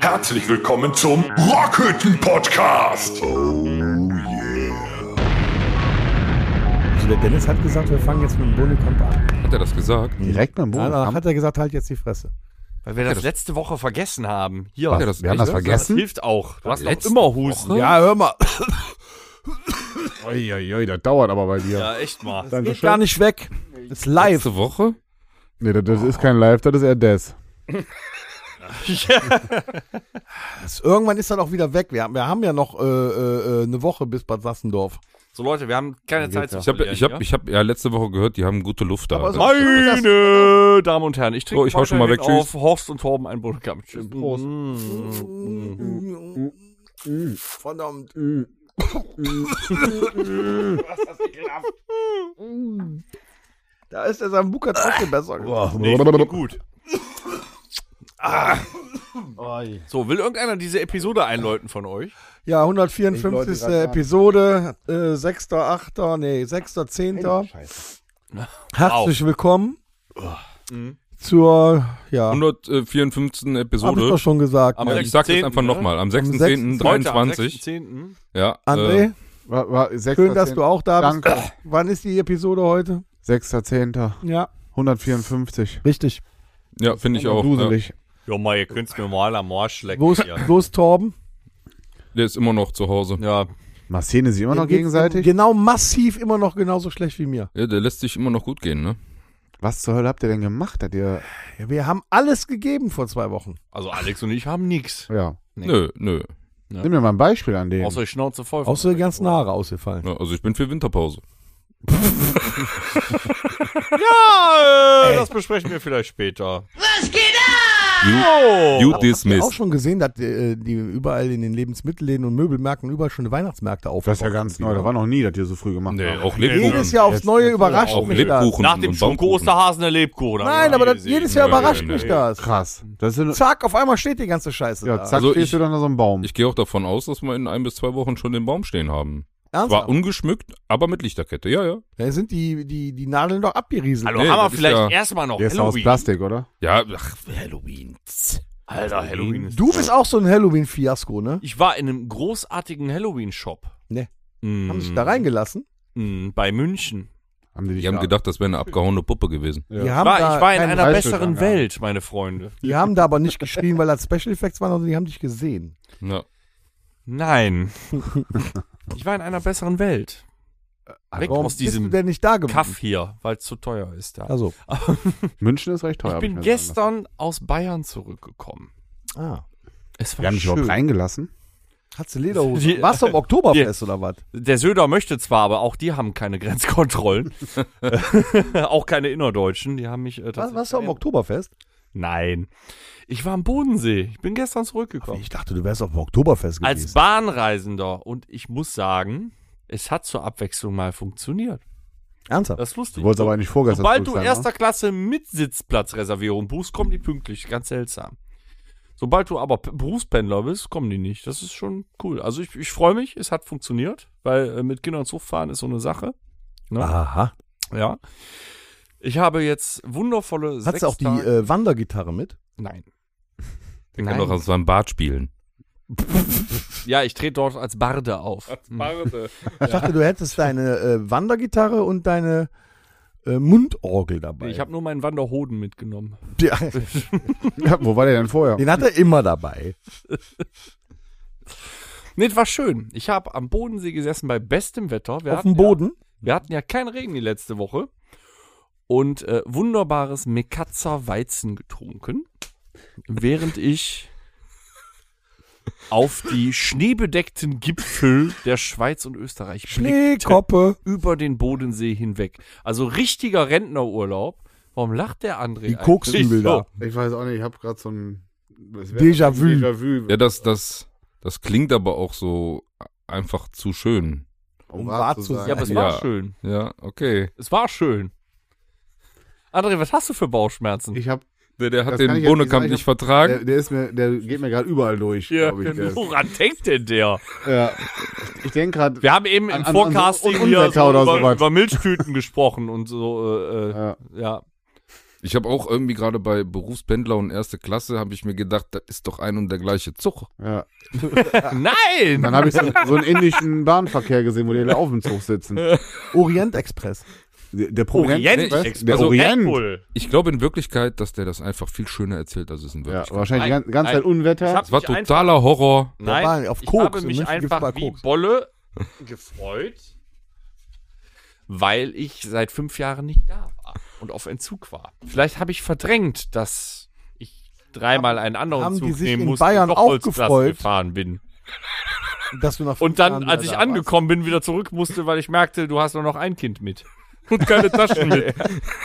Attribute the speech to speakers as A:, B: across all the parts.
A: Herzlich willkommen zum Rockhütten Podcast.
B: Also der Dennis hat gesagt, wir fangen jetzt mit dem Bullenkamp an.
C: Hat er das gesagt?
D: Direkt mit dem Boden.
B: Danach hat er gesagt, halt jetzt die Fresse.
E: Weil wir das, letzte Woche vergessen haben. Hier,
C: Hat er das
D: wir haben das
C: gesagt?
E: das
D: vergessen.
E: hilft auch. Du hast
C: Letzte
E: doch immer Husten.
C: Woche?
B: hör mal.
D: Uiuiui, das dauert aber bei dir.
E: Ja, echt mal.
B: Das geht
D: Dankeschön.
B: gar nicht weg. Ist live.
C: Letzte Woche?
D: Nee, das, das ist kein Live, das ist eher das.
B: Das, irgendwann ist er doch wieder weg. Wir haben, wir haben ja noch äh, äh, äh, eine Woche bis Bad Sassendorf.
E: So Leute, wir haben keine Zeit zu
C: Ich habe ich hab, ich hab, ja letzte Woche gehört, die haben gute Luft da.
B: Aber so-
C: Also,
E: Meine Damen und Herren, ich trinke
C: Oh, ich hau schon mal
E: weiterhin
C: weg,
E: auf Mhm. Horst und Torben ein Bodenkampf. Prost.
B: Verdammt. Da ist der Sambuka trotzdem besser.
E: Gut. So, will irgendeiner diese Episode einläuten von euch?
B: Ja,
D: Ich
B: 154.
D: wollte grad
B: Episode, äh, 6.8., nee, 6.10. Herzlich willkommen zur, ja, hab
C: 154.
B: ich
C: Episode.
B: doch schon gesagt.
E: Am
C: Ja,
B: ne?
C: ich sag das
E: 16.,
C: einfach
E: ne?
C: nochmal. Am
E: Heute am
C: 6.10.23.
E: 16.10..
C: Ja. äh,
B: André,
D: War, war, äh, sechster,
B: schön, dass du auch da bist.
D: Danke.
B: Wann ist die Episode heute?
D: 6.10.
B: Ja,
D: 154.
B: richtig.
C: Äh, ja, finde ich auch. Ja.
D: Duselig.
E: Ja, mal, ihr könnt's mir mal am Arsch lecken.
B: Wo ist,
E: hier.
B: wo ist Torben?
C: Der ist immer noch zu Hause.
E: Ja,
D: Marcene sich immer noch
B: Dem geht's
D: gegenseitig.
B: Genau, massiv immer noch genauso schlecht wie mir.
C: Ja, der lässt sich immer noch gut gehen, ne?
D: Was zur Hölle habt ihr denn gemacht? Hat ihr,
B: Ja, wir haben alles gegeben vor zwei Wochen.
E: also Alex und ich haben nix.
D: ja.
E: Nee.
C: Nö, nö.
E: Ja.
D: Nimm mir mal ein Beispiel an dem.
E: Außer die Schnauze voll.
B: Außer die ganzen Haare ausgefallen.
C: Ja, also ich bin für Winterpause.
E: Ja, äh, das besprechen wir vielleicht später.
C: You, you
B: Oh, Habt ihr auch
C: dismissed.
B: schon gesehen, dass äh, die überall in den Lebensmittelläden und Möbelmärkten überall schon Weihnachtsmärkte auf.
D: Das ist ja ganz neu. Da war noch nie, dass ihr so früh gemacht
C: Nee,
D: habt.
C: auch
B: Jedes
C: Lebkuchen.
B: Jahr aufs Neue überrascht
C: Auch
B: mich das.
C: Lebkuchen
E: Nach dem
C: und Baumkuchen.
E: Schoko-Osterhasen der Lebkuchen.
B: Nein, aber das, jedes Jahr
C: Nee,
B: überrascht
C: nee,
B: mich
C: nee.
B: das.
D: Krass. Das ist eine,
B: Zack, auf einmal steht die ganze Scheiße
D: ja,
B: da.
D: zack,
C: Also
D: stehst
C: ich-
D: du dann an so einem Baum.
C: Ich gehe auch davon aus, dass wir in ein bis zwei Wochen schon den Baum stehen haben. War
B: Ernsthaft?
C: ungeschmückt, aber mit Lichterkette. Ja, ja.
B: Da sind die, die, die Nadeln doch abgerieselt.
E: Hallo,
C: Nee,
E: haben wir
C: das ist
E: vielleicht
C: ja-
E: erstmal noch
D: der ist aus
E: Halloween.
D: Plastik, oder?
C: Ja, ach, Halloween.
E: Alter, Halloween ist...
B: Du bist auch so ein Halloween-Fiasko, ne?
E: Ich war in einem großartigen Halloween-Shop.
B: Ne.
E: Mm,
B: Haben sich da reingelassen.
E: mm, bei München.
D: Haben die dich
C: Die haben
D: da-
C: gedacht, das wäre eine abgehauene Puppe gewesen.
D: Ja.
B: Die
E: Ich
B: haben,
E: war,
B: da
E: ich war in
B: keinen-
E: einer
D: Preisschild dran
E: besseren
D: gehabt.
E: Welt, meine Freunde.
B: die haben da aber nicht geschrien, weil das Special Effects waren, sondern die haben dich gesehen.
C: Ja.
E: Nein. ich war in einer besseren Welt. Weg
B: Warum
E: aus
B: bist du
E: diesem
B: denn nicht da gewesen?
E: Kaff hier, weil es zu teuer ist da.
B: Also,
D: München ist recht teuer.
E: ich
D: hab
E: bin
D: mir sagen lassen.
E: gestern aus Bayern zurückgekommen.
B: ah,
E: Es
D: Wir
E: war
D: haben dich überhaupt
E: schön.
D: reingelassen?
B: hast du Lederhose?
E: Die-
B: Warst du am Oktoberfest oder was?
E: Der Söder möchte zwar, aber auch die haben keine Grenzkontrollen. Äh, auch keine innerdeutschen. Die haben mich äh,
B: Was,
E: tatsächlich-
B: warst du am Oktoberfest?
E: Nein. Ich war am Bodensee. Ich bin gestern zurückgekommen.
B: Ich dachte, du wärst auf dem Oktoberfest
E: als
B: gewesen.
E: Bahnreisender und ich muss sagen, es hat zur Abwechslung mal funktioniert.
B: Ernsthaft?
E: Das ist lustig.
D: Du wolltest aber nicht vorgestern
E: Sobald du
D: zurück sein, ne?
E: erster Klasse mit Sitzplatzreservierung buchst, kommen die pünktlich. Ganz seltsam. Sobald du aber P- Berufspendler bist, kommen die nicht. Das ist schon cool. Also ich, ich freue mich, es hat funktioniert, weil äh, mit Kindern Zug fahren ist so eine Sache. ne?
B: Ah, Aha.
E: Ja. Ich habe jetzt wundervolle
B: Hast
E: sechs
B: du auch die
E: Tage-
B: äh, Wandergitarre mit?
E: Nein.
C: Wir können doch
E: Nein.
C: aus seinem Bad spielen.
E: Ja, ich trete dort als Barde auf. Mhm.
B: Ich dachte, du hättest deine äh, Wandergitarre und deine äh, Mundorgel dabei.
E: Ich habe nur meinen Wanderhoden mitgenommen.
B: ja,
D: ne? Ja, wo war der denn vorher?
B: den hat er immer dabei.
E: Nee, das war schön. Ich habe am Bodensee gesessen bei bestem Wetter. Wir
B: Auf dem
E: hatten
B: Boden.
E: Ja, wir hatten ja keinen Regen die letzte Woche. Und äh, wunderbares Mekatzer Weizen getrunken, während ich auf die schneebedeckten Gipfel der Schweiz und Österreich blickte,
B: Schneekoppe.
E: über den Bodensee hinweg. Also richtiger Rentnerurlaub. Warum lacht der André?
B: Die
E: eigentlich?
B: Koksübel da.
D: Ich weiß auch nicht, ich habe gerade so ein
B: Déjà-vu.
D: Déjà-vu.
C: Ja, das, das, das klingt aber auch so einfach zu schön.
B: Um wahr zu sein.
E: Ja, aber es
C: Ja.
E: war schön.
C: Ja, okay.
E: Es war schön. André, was hast du für Bauchschmerzen?
D: Ich hab,
C: Der, der hat
D: Das kann
C: den
D: ich jetzt
C: Bohnekamp
D: nicht
C: nicht
D: der,
C: vertragen.
D: der, ist mir, der geht mir gerade überall durch, glaube ich. äh, Der ist,
E: Woran denkt denn der?
D: ja. Ich denke gerade,
E: Wir haben eben im
D: An- an-
E: Forecasting
D: an so- Un-
E: hier
D: Unwetter
E: so
D: oder
E: über,
D: sowas.
E: über Milchtüten gesprochen und so, äh, äh,
D: ja.
E: ja.
C: Ich habe auch irgendwie gerade bei Berufspendler und erste Klasse habe ich mir gedacht, das ist doch ein und der gleiche Zug.
D: Ja.
E: Nein!
D: Dann habe ich so, so einen indischen Bahnverkehr gesehen, wo die alle auf dem Zug sitzen. Der,
B: Orient Express.
D: der
E: Orient,
D: was?
E: Express.
D: Der
E: Also
D: Orient.
E: Apple.
C: Ich glaube in Wirklichkeit, dass der das einfach viel schöner erzählt, als es in
D: Ja,
C: Wirklichkeit
D: wahrscheinlich die
E: Nein,
D: ganze, ganze Zeit
E: nein. Ich
D: Unwetter.
E: hab
C: ist. Es war
E: mich einfach-
C: totaler Horror.
E: Nein,
B: war auf
E: ich
B: Koks,
E: habe
B: in
E: mich
B: München gibt's
E: einfach
B: mal
E: wie
B: Koks.
E: Bolle gefreut, weil ich seit fünf Jahren nicht da war und auf Entzug war. Vielleicht habe ich verdrängt, dass ich dreimal einen anderen
B: Haben die
E: Zug
B: sich
E: nehmen
B: in
E: musste
B: Bayern
E: und
B: auch
E: Holzplatz
B: gefreut?
E: gefahren bin.
B: Dass du nach fünf
E: Und dann,
B: Jahren
E: als
B: wieder
E: ich
B: da
E: angekommen bin, wieder zurück musste, weil ich merkte, du hast nur noch ein Kind mit. Und keine Taschen mit.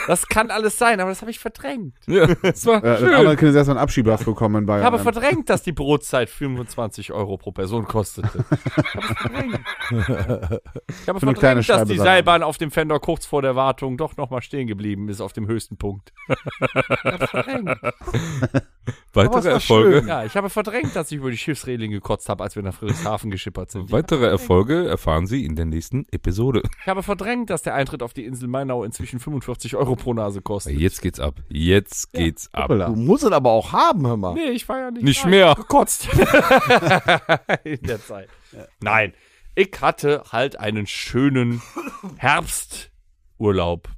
E: Das kann alles sein, aber das habe ich verdrängt.
C: Ja, es war
D: Äh, das
C: schön.
D: andere Kind ist erstmal einen Abschieber bekommen in Bayern.
E: Ich habe verdrängt, dass die Brotzeit 25 Euro pro Person kostete. Ich habe
D: Für eine
E: verdrängt,
D: kleine
E: dass
D: Scheibe
E: die
D: Salat.
E: Seilbahn auf dem Fender kurz vor der Wartung doch nochmal stehen geblieben ist auf dem höchsten Punkt. Ich habe verdrängt.
B: Aber es
C: Weitere
B: war
C: Erfolge,
E: ja, ich habe verdrängt, dass ich über die Schiffsreling gekotzt habe, als wir nach Friedrichshafen geschippert sind.
C: weitere Erfolge erfahren Sie in der nächsten Episode.
E: Ich habe verdrängt, dass der Eintritt auf die Insel Mainau inzwischen 45 Euro pro Nase kostet.
C: Äh, Jetzt geht's ab. Jetzt geht's ab.
B: warst. Du musst es aber auch haben, hör mal.
E: Nee, ich war ja nicht.
C: Nicht
E: da.
C: mehr.
E: Ich hab gekotzt. In der Zeit. Nein. Ich hatte halt einen schönen Herbsturlaub.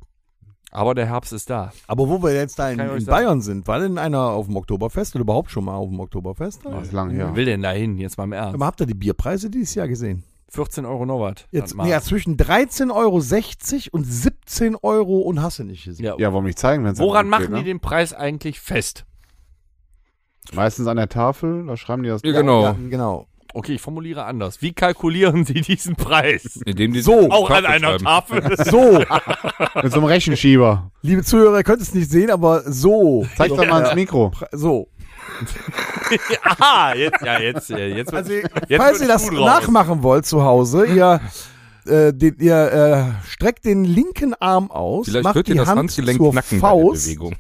E: Aber der Herbst ist da.
B: Aber wo wir jetzt da in,
E: Kann ich euch
B: in
E: sagen.
B: Bayern sind, war denn einer auf dem Oktoberfest oder überhaupt schon mal auf dem Oktoberfest?
D: Das ist lang her.
E: Wer will denn da hin? Jetzt mal im Ernst.
B: Aber habt ihr die Bierpreise dieses Jahr gesehen?
E: 14 Euro noch was.
B: Jetzt,
E: mal.
B: nee, ja, zwischen 13,60 Euro und 17 Euro und hast du nicht gesehen.
E: Ja.
D: Ja, warum nicht zeigen, wenn es
E: Woran machen
D: ne?
B: ne?
E: die den Preis eigentlich fest?
D: den? Meistens an der Tafel, da schreiben die das.
C: Ja, genau.
B: Ja, genau.
E: Okay, ich formuliere anders. Wie kalkulieren Sie diesen Preis?
C: Indem die
B: So,
E: Auch an
C: Tafel
E: einer
C: schreiben.
E: Tafel.
B: So,
D: Mit so einem Rechenschieber.
B: liebe Zuhörer, ihr könnt es nicht sehen, aber so.
D: Zeig doch mal ins Mikro.
B: So.
E: Aha, Ah, jetzt, ja, jetzt, äh, jetzt.
B: Also,
E: Jetzt
B: falls
E: wird
B: ihr das
E: Schuh draus.
B: nachmachen wollt zu Hause, ihr, äh, den, ihr äh, streckt den linken Arm aus,
C: Vielleicht
B: macht
C: hört
B: die
C: ihr das
B: Hand
C: Handgelenk
B: zur
C: knacken bei der
B: Faust,
C: Bewegung.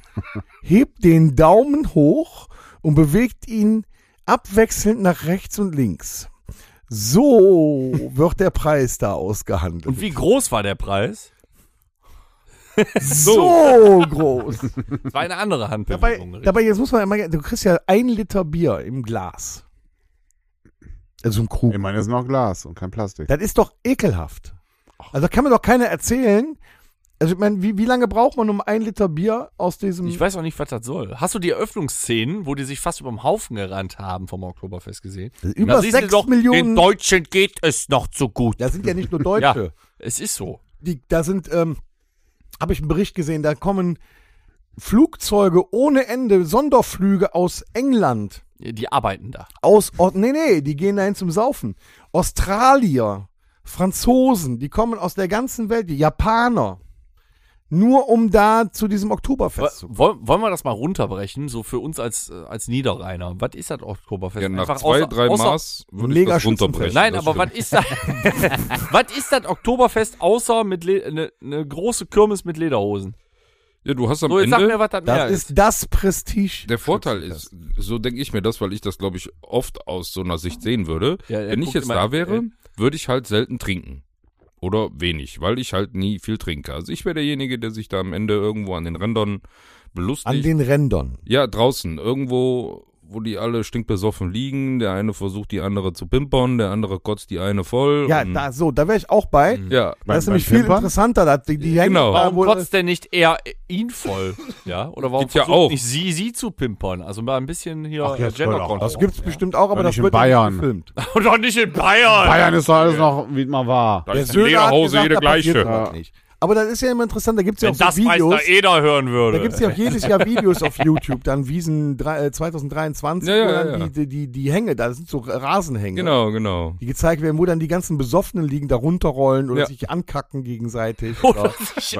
B: hebt den Daumen hoch und bewegt ihn abwechselnd nach rechts und links. So wird der Preis da ausgehandelt.
E: Und wie groß war der Preis?
B: so groß.
E: Es war eine andere Handbewegung.
B: dabei, dabei, jetzt muss man immer, du kriegst ja ein Liter Bier im Glas. Also im Krug.
D: Ich meine, das ist noch Glas und kein Plastik.
B: Das ist doch ekelhaft. Also da kann mir doch keiner erzählen. Also ich meine, wie, wie lange braucht man um ein Liter Bier aus diesem...
E: Ich weiß auch nicht, was das soll. Hast du die Eröffnungsszenen, wo die sich fast überm Haufen gerannt haben vom Oktoberfest gesehen?
B: über
E: Da siehst du
B: sechs
E: doch, Den
B: Millionen...
E: Deutschen geht es noch zu gut.
B: Da sind ja nicht nur Deutsche.
E: Es ist so.
B: die, da sind, ähm, habe ich einen Bericht gesehen, da kommen Flugzeuge ohne Ende, Sonderflüge aus England,
E: Die arbeiten da.
B: aus, Or- nee, nee, die gehen dahin zum Saufen. Australier, Franzosen, die kommen aus der ganzen Welt, die Japaner, nur um da zu diesem Oktoberfest zu
E: Wollen, wollen wir das mal runterbrechen, so für uns als, äh, als Niederrheiner? Was ist das Oktoberfest?
C: Ja, nach
E: Einfach
C: zwei,
E: außer-
C: drei
E: außer-
C: Maß würde ich
B: Mega
C: das runterbrechen.
B: Schützenfest.
E: Nein,
C: das
E: aber was
C: stimmt.
E: ist das? was ist das Oktoberfest außer mit eine ne große Kirmes mit Lederhosen?
C: Ja, du hast am
E: So, jetzt sag
C: Ende...
E: mir, was das
B: Das
E: mehr ist.
B: ist das Prestige.
C: Der Vorteil ist, so denke ich mir das, weil ich das, glaube ich, oft aus so einer Sicht sehen würde.
E: Ja, er
C: Wenn ich
E: guckt
C: jetzt
E: immer-
C: da wäre,
E: äh.
C: würde ich halt selten trinken. Oder wenig, weil ich halt nie viel trinke. Also ich wäre derjenige, der sich da am Ende irgendwo an den Rändern belustigt.
B: An den Rändern.
C: ja, draußen, irgendwo, wo die alle stinkbesoffen liegen. Der eine versucht, die andere zu pimpern, der andere kotzt die eine voll.
B: Ja,
C: und-
B: da, so, da wäre ich auch bei.
C: Mhm. ja.
B: Das
D: Beim-
B: ist nämlich
D: beim
B: viel
D: Pimpern?
B: interessanter. Da, die, die hängen
C: Genau.
B: da
E: Warum
B: wohl,
E: kotzt denn nicht eher ihn voll? Ja, oder warum
C: Geht ja
E: versucht
C: auch.
E: nicht sie, sie zu pimpern? Also mal ein bisschen hier
D: Ach, jetzt
E: Gender
D: hör doch
E: Control.
B: das gibt's bestimmt auch, aber
D: Doch
B: das
D: nicht in
B: wird ja
D: Bayern.
B: nicht gefilmt.
E: Und doch nicht in Bayern.
D: Bayern ist doch alles noch, wie es mal war.
C: Da
B: Der
C: ist die
B: Söder
C: also
B: hat
C: Lederhose
B: gesagt,
C: jede
B: da passiert
C: gleiche.
B: was nicht. Aber das ist ja immer interessant. Da gibt's ja
E: Wenn
B: auch so
E: das
B: Videos.
E: Meister Eder hören
B: Da
C: Äh.
E: würde.
B: gibt's ja auch jedes Jahr Videos auf YouTube. Dann Wiesen drei- äh, 2023,
C: Ja, ja,
B: wo
C: ja,
B: dann
C: ja.
B: Die, die, die, die Hänge, da sind so Rasenhänge.
C: Genau, genau.
B: Die gezeigt werden, wo dann die ganzen Besoffenen liegen, da runterrollen oder
C: Ja. Oh,
B: sich ankacken gegenseitig.
E: Oder sich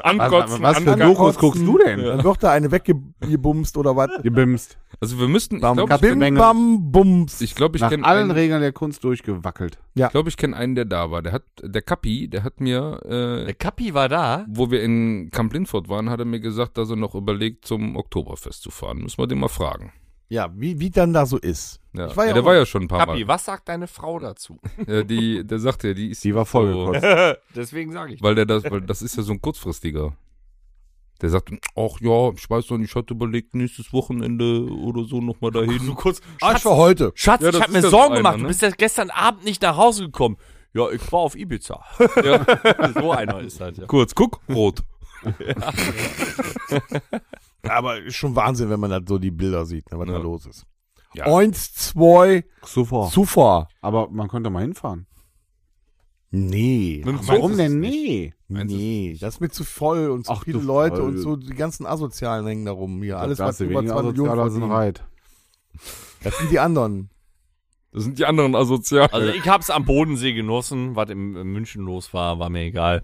D: Also,
E: ankotzen.
D: was für
E: ankacken.
D: Dokus guckst du denn?
B: Dann wird da eine weggebumst oder was.
D: Ihr bimst.
C: Also wir müssten, ich
D: Warum
C: glaube,
D: kannst-
B: Bim,
D: Menge.
B: bam, bums.
C: ich, glaub, ich
D: Nach
C: kenne
D: allen
C: einen-
D: Regeln der Kunst durchgewackelt.
C: Ich glaube, ich kenne einen, der da war. Der hat, der Kappi, der hat mir, äh,
E: Der Kappi war da.
C: wo wir in Kamp Lindfort waren, hat er mir gesagt, dass er noch überlegt, zum Oktoberfest zu fahren. Müssen wir den mal fragen.
B: Ja, wie, wie dann da so ist.
C: Ja,
B: Ich war ja
C: der
B: auch-
C: war ja schon ein paar
E: Kappi, was sagt deine Frau dazu?
C: Mal. Ja, die, der sagt ja, die ist.
D: Die war vollgekotzt.
E: Deswegen sage ich.
C: weil der das, weil das ist ja so ein kurzfristiger. Der sagt, ach ja, ich weiß noch nicht, ich hatte überlegt, nächstes Wochenende oder so nochmal dahin.
E: So kurz.
B: Arsch für heute.
E: Schatz,
C: Ja,
E: ich
C: das
E: habe
C: ist
E: mir
C: das
E: Sorgen
C: eine,
E: gemacht.
C: ne?
E: Du bist ja gestern Abend nicht nach Hause gekommen. Ja, ich war auf Ibiza. so einer ist halt, ja.
C: Kurz, guck, rot.
B: Aber ist schon Wahnsinn, wenn man da so die Bilder sieht, ne, was
C: Ja.
B: da los ist.
C: Ja.
B: Eins, zwei,
D: Super.
B: Zufall.
D: Aber man könnte mal hinfahren.
B: Nee.
D: Warum denn nee?
B: Nee, das ist mir zu voll und zu
D: Ach,
B: viele
D: du
B: Leute
D: voll.
B: und so die ganzen Asozialen hängen da rum hier. Alles,
D: Da
B: was
D: hast du
B: über
D: weniger
B: 2 Millionen
D: Asoziale als ein
B: verdienen.
D: Reit.
B: Das sind die anderen.
C: Das sind die anderen asozial.
E: Also ich hab's am Bodensee genossen, was in in München los war, war mir egal.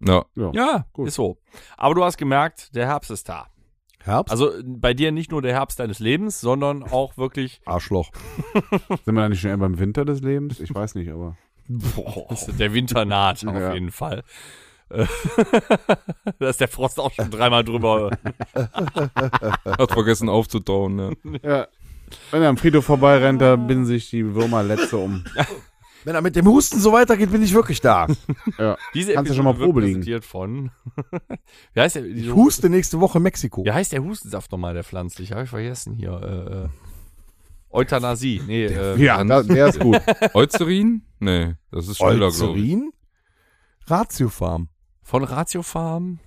C: ja.
E: Ja,
D: gut.
E: ist so. Aber du hast gemerkt, der Herbst ist da.
B: Herbst?
E: Also äh, bei dir nicht nur der Herbst deines Lebens, sondern auch wirklich
B: Arschloch.
D: Sind wir da nicht schon eher beim Winter des Lebens? Ich weiß nicht, aber.
E: Das ist der Winter naht, auf
D: Ja.
E: jeden Fall. Äh, da ist der Frost auch schon dreimal drüber.
C: Hat vergessen aufzutauen, ja.
D: Ja. Wenn er am Friedhof vorbeirennt, da binden sich die Würmer letzte um.
B: Wenn er mit dem Husten so weitergeht, bin ich wirklich da.
D: Ja.
E: Diese
D: Kannst du schon mal
E: wird
D: Probe liegen.
E: präsentiert von. Wie heißt der?
B: Ich huste nächste Woche Mexiko.
E: Wie heißt der Hustensaft nochmal, der pflanzlich? Habe ich vergessen hier. Äh, äh, Euthanasie. Nee, äh,
D: Ja, da, der ist gut.
C: Eucerin? Nee, das ist schneller, glaube ich.
B: Eucerin? Ratiofarm.
E: von Ratiofarm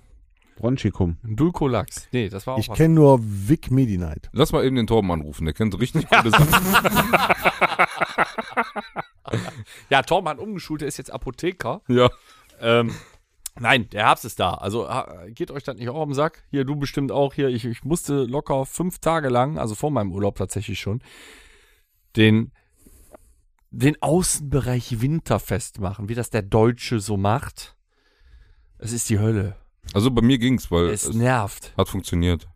D: Bronchicum.
E: Dulcolax. Nee, das war auch
B: Ich
E: was.
B: kenne nur Vic Medi-Night.
C: Lass mal eben den Torben anrufen, der kennt richtig gute Sachen.
E: Ja, Tom hat umgeschult, der ist jetzt Apotheker.
C: Ja.
E: Ähm, nein, der Herbst ist da. Also ha- geht euch das nicht auch am Sack? Hier, du bestimmt auch hier. Ich, ich musste locker fünf Tage lang, also vor meinem Urlaub tatsächlich schon, den, den Außenbereich winterfest machen, wie das der Deutsche so macht. Es ist die Hölle.
C: Also bei mir ging's, weil
E: Es
C: es
E: nervt.
C: hat funktioniert.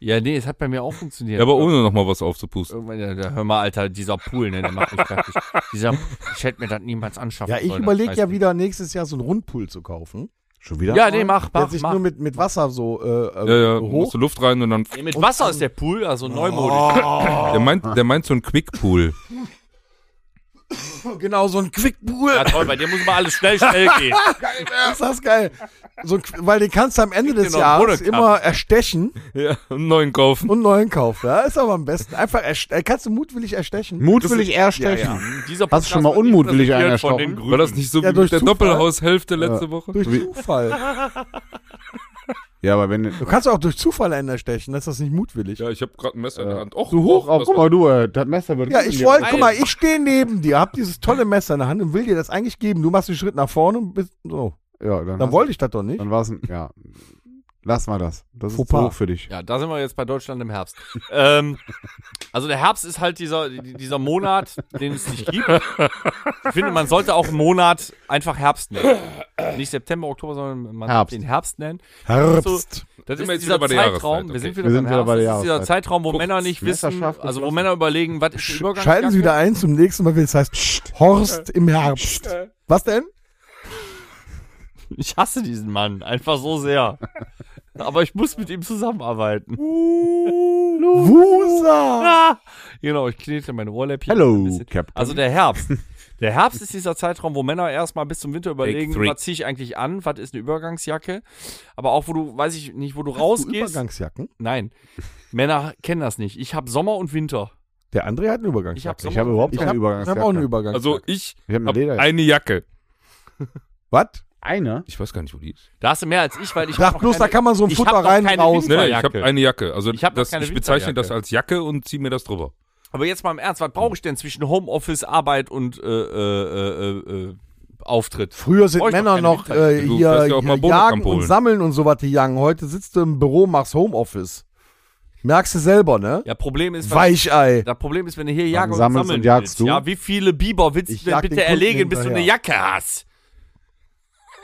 E: Ja, nee, es hat bei mir auch funktioniert.
C: Ja, aber ohne nochmal was aufzupusten.
E: Irgendwann, ja, ja, hör mal, Alter, dieser Pool, ne, der macht mich fertig. Dieser, ich hätte mir das niemals anschaffen
B: Ja, ich
E: sollen, das
B: überlege ja
E: Scheißding.
B: wieder nächstes Jahr so einen Rundpool zu kaufen.
D: Schon wieder?
E: Ja, nee, mach,
B: der
E: mach,
B: sich
E: mach.
B: nur mit, mit Wasser so äh,
C: Ja, ja,
B: hoch.
C: musst du Luft rein und dann.
E: Nee, Mit Wasser ist der Pool,
D: Oh.
E: also neumodisch.
C: Der meint, der meint so ein Quickpool.
B: Genau, so ein Quickpool.
E: Ja, toll, bei dir muss immer alles schnell, schnell gehen.
B: Ist das geil. So, ein Qu- weil den kannst du am Ende des
E: dir noch
B: Jahres
E: einen Brunnen
B: immer erstechen
C: Ja, einen neuen kaufen.
B: und neuen kaufen. Ja, ist aber am besten. Einfach erst- äh, kannst du mutwillig erstechen.
D: Mutwillig erstechen.
E: Dieser
D: Hast du schon mal
E: Podcast wird
D: unmutwillig
E: nicht präsentiert
D: einen
E: von den
D: erstochen?
C: War das nicht so
B: Ja,
C: wie mit
B: durch
C: der
B: Zufall.
C: Doppelhaushälfte letzte Woche?
B: Durch
D: Wie-
B: Zufall.
D: Ja, aber wenn.
B: Du kannst auch durch Zufall einen erstechen, das ist das nicht mutwillig. Ja,
C: Ja, ich habe gerade ein Messer in der Hand. Och,
D: So hoch,
C: och,
D: auch,
C: was
D: guck mal, du, äh, das Messer wird. gut in
B: ich
D: dir.
B: wollte, guck mal, ich stehe neben dir, hab dieses tolle Messer in der Hand und will dir das eigentlich geben. Du machst den Schritt nach vorne und bist so.
D: Ja, dann,
B: Dann
D: hast-
B: wollte ich das doch nicht.
D: Dann war es ein. Ja. Lass mal das. Das ist
B: Fauxpas.
D: zu hoch für dich.
E: Ja, da sind wir jetzt bei Deutschland im Herbst. ähm, also der Herbst ist halt dieser, die- dieser Monat, den es nicht gibt. Ich finde, man sollte auch einen Monat einfach Herbst nennen. Nicht September, Oktober, sondern man
D: Herbst.
E: den Herbst nennen.
B: Herbst.
E: Das
C: sind
E: ist
C: wir jetzt
E: dieser
C: wieder bei der
E: Zeitraum,
C: Jahreszeit,
E: wir sind
C: okay.
E: wieder,
D: Wir sind wieder bei der
E: Das ist dieser
D: Jahreszeit.
E: Zeitraum, wo
C: Guckt,
E: Männer nicht wissen,
D: Messerschaft
E: also wo
D: geschlossen.
E: Männer überlegen, was ist die Übergangsjacke?
B: Schalten Sie wieder ein zum nächsten Mal, wenn es heißt Horst im Herbst. Was denn?
E: Ich hasse diesen Mann einfach so sehr. Aber ich muss mit ihm zusammenarbeiten.
B: Uh. Wusa.
E: Ah, genau, ich knete meine Ohrläppchen. ein
D: Hello,
E: bisschen.
D: Captain.
E: Also der Herbst. Der Herbst ist dieser Zeitraum, wo Männer erstmal bis zum Winter überlegen,
C: three.
E: was ziehe ich eigentlich an, was ist eine Übergangsjacke. Aber auch wo du, weiß ich nicht, wo du
B: Du
E: rausgehst.
B: Übergangsjacken?
E: Nein, Männer kennen das nicht. Ich habe Sommer und Winter.
B: Der André
E: Ich
B: hat eine
E: habe
B: Übergangsjacke.
E: Sommer.
D: ich habe überhaupt
B: Ich
D: keine
B: habe
D: Übergangsjacke.
B: hab auch eine Übergangsjacke.
C: Also ich
D: ich habe
C: hab
D: eine Lederjacke.
C: eine Jacke.
B: was?
D: Eine?
C: Ich weiß gar nicht, wo die ist.
E: da hast du mehr als ich, weil ich
B: Ich dachte
E: hab
B: bloß,
E: keine-
B: da kann man so ein
E: ich
B: Futter
E: hab noch
B: rein
E: keine
B: raus.
E: Winter-
C: Nee, nee, ich
E: Jacke.
C: habe eine Jacke. Also
E: Ich hab noch
C: das,
E: keine
C: ich bezeichne
E: Winterjacke.
C: das als Jacke und ziehe mir das drüber.
E: Aber jetzt mal im Ernst, was brauche ich denn zwischen Homeoffice, Arbeit und äh, äh, äh, äh, Auftritt?
B: Früher sind
E: Brauch ich doch
B: Männer
E: keine
B: noch
E: Winter-
B: äh,
C: Du
B: hier
C: fährst ja auch mal
B: jagen
C: Bonuskampf
B: und
C: holen.
B: sammeln und so was die jagen. Heute sitzt du im Büro, machst Homeoffice. Merkst du selber, ne?
E: Ja, Problem ist, weil-
B: Weichei.
E: das Problem ist, wenn du hier jagen und
D: sammelst
E: sammeln
D: und jagst
E: willst,
D: du?
E: Ja, wie viele Biber willst
B: Ich
E: du denn
B: jag den
E: bitte
B: Kunden
E: erlegen, bis du eine
B: hinterher.
E: Jacke hast?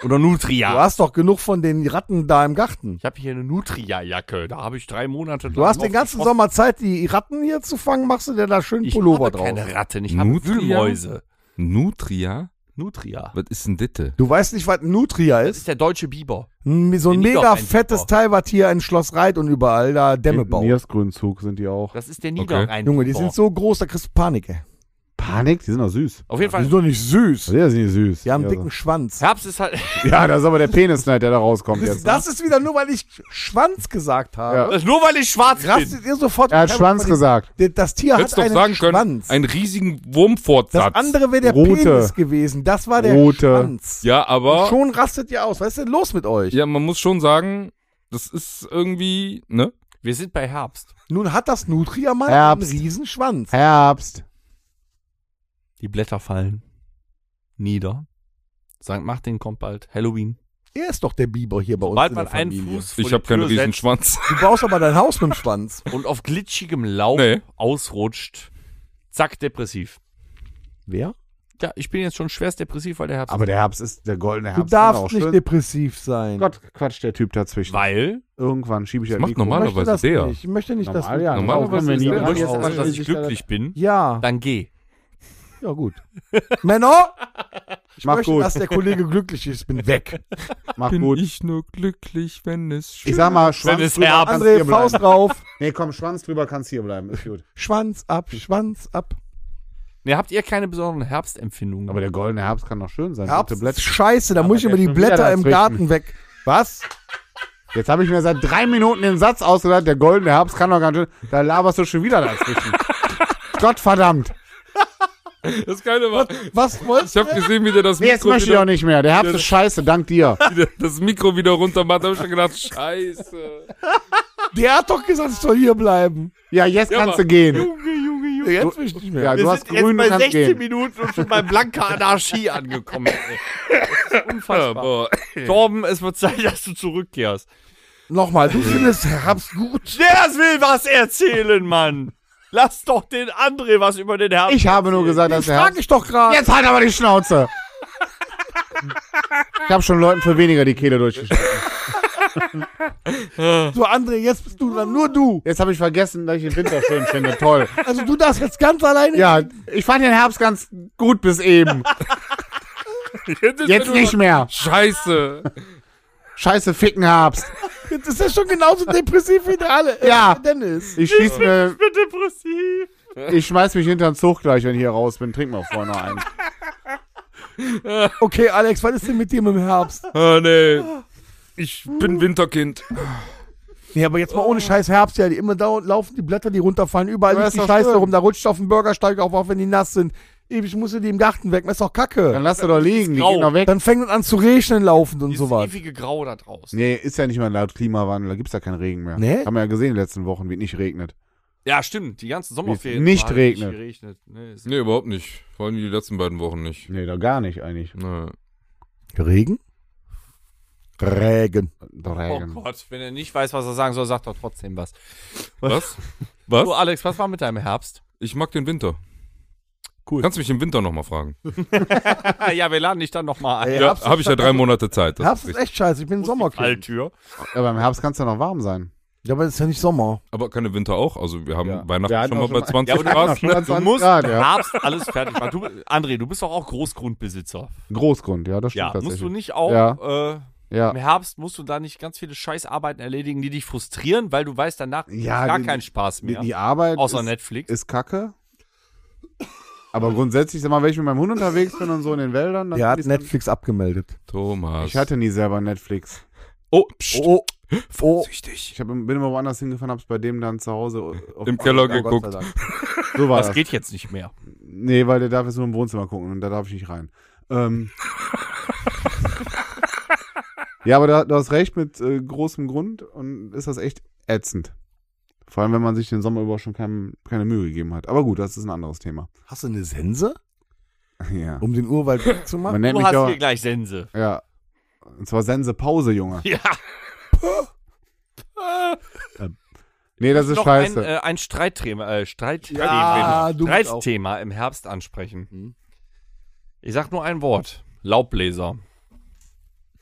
E: Oder Nutria.
B: Du hast doch genug von den Ratten da im Garten.
E: Ich habe hier eine Nutria-Jacke. Da habe ich drei Monate
B: Du hast den ganzen Sommer Zeit, die Ratten hier zu fangen, machst du dir da schön
E: ich
B: Pullover
E: habe
B: drauf.
E: keine Ratten, ich habe
C: Nutria?
E: Wühlmäuse.
C: Nutria?
E: Nutria.
C: Was ist denn Ditte?
B: Du weißt nicht, was ein Nutria
E: Das
B: ist.
E: ist der deutsche Biber.
B: N- So ein
E: Nee,
B: mega
E: Niederrhein-
B: fettes Teil, was hier in Schloss Reit und überall da Dämme baut.
D: Niersgrünzug sind die auch.
E: Das ist der
C: Okay.
E: Niederrhein.
B: Junge, die sind so groß, da kriegst du Panik, ey.
D: Panik? Die sind doch süß.
E: Auf jeden
B: Die
E: Fall,
B: sind doch nicht süß.
D: Ja, die sind nicht süß.
B: Die haben einen
D: ja,
B: dicken Schwanz.
E: Herbst ist halt,
D: so. ja, das ist aber der Penisneid, der da rauskommt jetzt.
B: Das ist wieder nur, weil ich Schwanz gesagt habe.
E: nur weil ich schwarz bin.
B: Rastet ihr sofort.
D: Er hat Schwanz gesagt.
B: Der- Das Tier
C: Hättest
B: hat
C: doch
B: einen
C: sagen können,
B: Schwanz.
C: einen riesigen
B: das
C: Wurmfortsatz.
B: andere wäre der
D: Rote.
B: Penis gewesen. Das war der
D: Rote.
B: Schwanz.
C: ja, aber
B: Schon rastet ihr aus. Was ist denn los mit euch?
C: ja, man muss schon sagen, das ist irgendwie, ne?
E: Wir sind bei Herbst.
B: Nun hat das Nutria mal
D: Herbst.
B: einen riesen Schwanz.
D: Herbst.
E: Die Blätter fallen nieder. St. Martin kommt bald. Halloween.
B: Er ist doch der Biber hier bei uns
E: Bald
B: in
E: man
B: der
E: einen
B: Familie.
E: Fuß vor
C: Ich
E: die
C: habe keinen
E: Tür
C: riesen
E: setzt
C: Schwanz.
B: Du baust aber dein Haus mit dem Schwanz.
E: und auf glitschigem Laub
C: Nee.
E: ausrutscht. Zack, depressiv.
B: Wer?
E: Ja, ich bin jetzt schon schwerst depressiv, weil der Herbst.
D: Aber der Herbst ist der goldene
B: Du
D: Herbst. war auch
B: darfst nicht
D: schön. Oh
B: depressiv sein.
D: Gott, Quatsch, der Typ dazwischen.
E: weil
D: Irgendwann schiebe ich ja
C: macht
D: Mikro.
B: ich
C: normal.
B: möchte
C: Normalerweise
B: das
C: der.
B: nicht. Ich möchte nicht, dass
D: Normal,
B: du-
D: ja.
C: Normalerweise
D: Normalerweise
C: ist
E: du
C: der-
E: möchtest,
C: raus.
E: dass ich glücklich bin,
B: Ja,
E: dann geh.
B: ja gut. Männer, ich
D: Mach
B: möchte,
D: gut.
B: dass der Kollege glücklich ist. Bin weg.
D: Mach gut.
C: ich nur glücklich, wenn es
D: Ich sag mal,
E: Wenn
D: Schwanz
E: es
D: drüber
E: Herbst-
D: kannst hier
B: André, Faust
D: bleiben.
B: drauf.
D: Nee, komm, Schwanz drüber kannst hier bleiben. Ist gut.
B: Schwanz ab, Schwanz ab.
E: Ne, habt ihr keine besonderen Herbstempfindungen?
D: Aber der goldene Herbst kann doch schön sein.
B: Herbst
D: Rote
B: ist
D: Blätter.
B: scheiße, da muss ich
D: der
B: immer die
D: ist schon wieder
B: Blätter im
D: dazwischen.
B: Garten weg. Was?
D: Jetzt habe ich mir seit drei Minuten den Satz ausgedacht, der goldene Herbst kann doch ganz schön. Da laberst du schon wieder dazwischen. Gottverdammt.
C: Das Geile war,
B: Was wolltest
C: ich habe gesehen, wie der das
D: Nee, jetzt
C: Mikro,
D: möchte ich auch
C: wieder,
D: nicht mehr. Der Herbst
C: Ja,
D: ist scheiße, dank dir.
C: wieder, das Mikro wieder runter macht. Da habe ich schon gedacht, scheiße.
B: du? Der hat doch gesagt, ich soll hier bleiben.
D: Ja, jetzt kannst
C: aber-
D: du gehen.
B: Jetzt will ich nicht mehr.
D: Ja, du hast grün und kannst gehen.
E: Minuten und schon bei blanker Anarchie angekommen. ey. Das ist
C: Ja,
E: unfassbar.
C: boah.
E: Torben, es wird Zeit, dass du zurückkehrst.
B: Nochmal, du findest Herbst gut.
E: Der will was erzählen, Mann. Lass doch den André was über den Herbst.
D: Ich habe nur gesagt, dass der
B: Frag
D: Herbst.
B: ich doch gerade.
D: Jetzt halt aber die Schnauze. Ich habe schon Leuten für weniger die Kehle durchgeschnitten.
B: So, André, jetzt bist du dran. Nur du.
D: Jetzt habe ich vergessen, dass ich den Winter schön finde. Toll.
B: Also du darfst jetzt ganz alleine.
D: Ja, ich fand den Herbst ganz gut bis eben.
C: Jetzt, ist
D: Jetzt
C: er
D: nicht
C: nur-
D: mehr.
C: Scheiße.
D: Scheiße, ficken Herbst.
B: Jetzt ist er schon genauso depressiv wie der alle.
D: Ja.
B: Äh, Dennis.
D: Ich schieß mir,
E: bin depressiv.
D: ich schmeiß mich hinter den Zug gleich, wenn ich hier raus bin. Trink mal vorher noch einen.
B: Okay, Alex, was ist denn mit dir im Herbst?
C: Ah, nee. Ich bin Winterkind.
B: Nee, aber jetzt mal ohne Scheiß Herbst, ja, die immer dauernd laufen die Blätter, die runterfallen, überall
D: Aber
B: liegt
D: ist
B: die
D: doch
B: Scheiße
D: schön.
B: rum, da rutscht auf dem Bürgersteig auf, auch wenn die nass sind. Ewig musst du die im Garten weg, das ist doch
D: Dann
B: kacke.
D: lass sie doch liegen, die
E: grau.
D: gehen doch weg.
B: Dann fängt es an zu regnen laufend und
E: Dieses
B: sowas.
E: ewige Grau da draußen.
D: Nee, ist ja nicht mal laut Klimawandel, da gibt's ja keinen Regen mehr.
B: Nee?
D: Haben wir ja gesehen in den letzten Wochen, wie es nicht regnet.
E: Ja, stimmt. Die ganzen Sommerferien.
D: Nicht
E: war
D: regnet.
E: geregnet. Nee, ist-
C: Nee, überhaupt nicht. Vor allem die letzten beiden Wochen nicht.
D: Nee, da gar nicht eigentlich.
C: Nee.
B: Regen? Regen.
D: Der
E: Oh
D: Regen.
E: Gott, wenn er nicht weiß, was er sagen soll, sagt er trotzdem was.
C: Was?
E: Du,
C: Was?
E: Alex, was war mit deinem Herbst?
C: Ich mag den Winter.
E: Cool.
C: Kannst mich im Winter nochmal fragen.
E: Ah, ja, wir laden dich dann nochmal ein.
B: Ey,
C: Ja,
B: Herbst
C: habe ich ja drei Monate Zeit. das
B: Herbst
C: ist
B: ist
C: richtig.
B: echt scheiße, ich bin Sommerkind.
E: Alltür.
D: Aber im Herbst kann's ja noch warm sein.
B: Ja, aber das ist ja nicht Sommer.
C: Aber keine Winter auch. Also wir haben
D: Ja.
C: Weihnachten
D: Wir hatten
C: schon mal
D: auch
C: bei
D: schon mal-
C: 20
E: Ja, aber wir hatten auch
C: Grad.
D: schon
C: Ne?
D: mal-
E: Du
D: 20
E: musst
D: Grad,
E: im
D: ja.
E: Herbst alles fertig machen. Du, André, du bist doch auch Großgrundbesitzer.
D: Großgrund, ja, das stimmt
E: Ja, musst
D: tatsächlich.
E: du nicht auch äh,
D: ja.
E: im Herbst musst du da nicht ganz viele Scheißarbeiten erledigen, die dich frustrieren, weil du weißt, danach ist
D: Ja,
E: gar
D: die-
E: keinen Spaß
D: Die,
E: mehr.
D: die Arbeit
E: außer
D: ist,
E: Netflix.
D: ist kacke. Aber grundsätzlich, sag mal, wenn ich mit meinem Hund unterwegs bin und so in den Wäldern, dann
B: Der hat
D: find ich's dann-
B: Netflix abgemeldet.
C: Thomas.
D: Ich hatte nie selber Netflix.
C: oh, pst,
B: Oh, oh.
C: Vorsichtig.
D: Ich hab, bin immer woanders hingefahren, hab's bei dem dann zu Hause auf-
C: Im Keller
B: Ja, Gott sei
C: geguckt.
B: Dank.
D: So war
E: Das
D: das.
E: geht jetzt nicht mehr.
D: Nee, weil der darf jetzt nur im Wohnzimmer gucken und da darf ich nicht rein. Ähm. ja, aber da, du hast recht mit äh, großem Grund und ist das echt ätzend. Vor allem, wenn man sich den Sommer über schon kein, keine Mühe gegeben hat. Aber gut, das ist ein anderes Thema.
B: Hast du eine Sense,
D: Ja.
B: um den Urwald wegzumachen?
D: Man nennt
E: Du
D: mich
E: hast
D: ja,
E: hier gleich Sense.
D: ja. Und zwar Sensepause, Junge.
E: Ja.
D: Nee, das ist
E: noch
D: scheiße.
E: ein, äh, ein Streitthema, äh, Streitthema,
B: Ja, du bist auch-
E: Streitthema im Herbst ansprechen.
B: Hm.
E: Ich sag nur ein Wort. Laubbläser.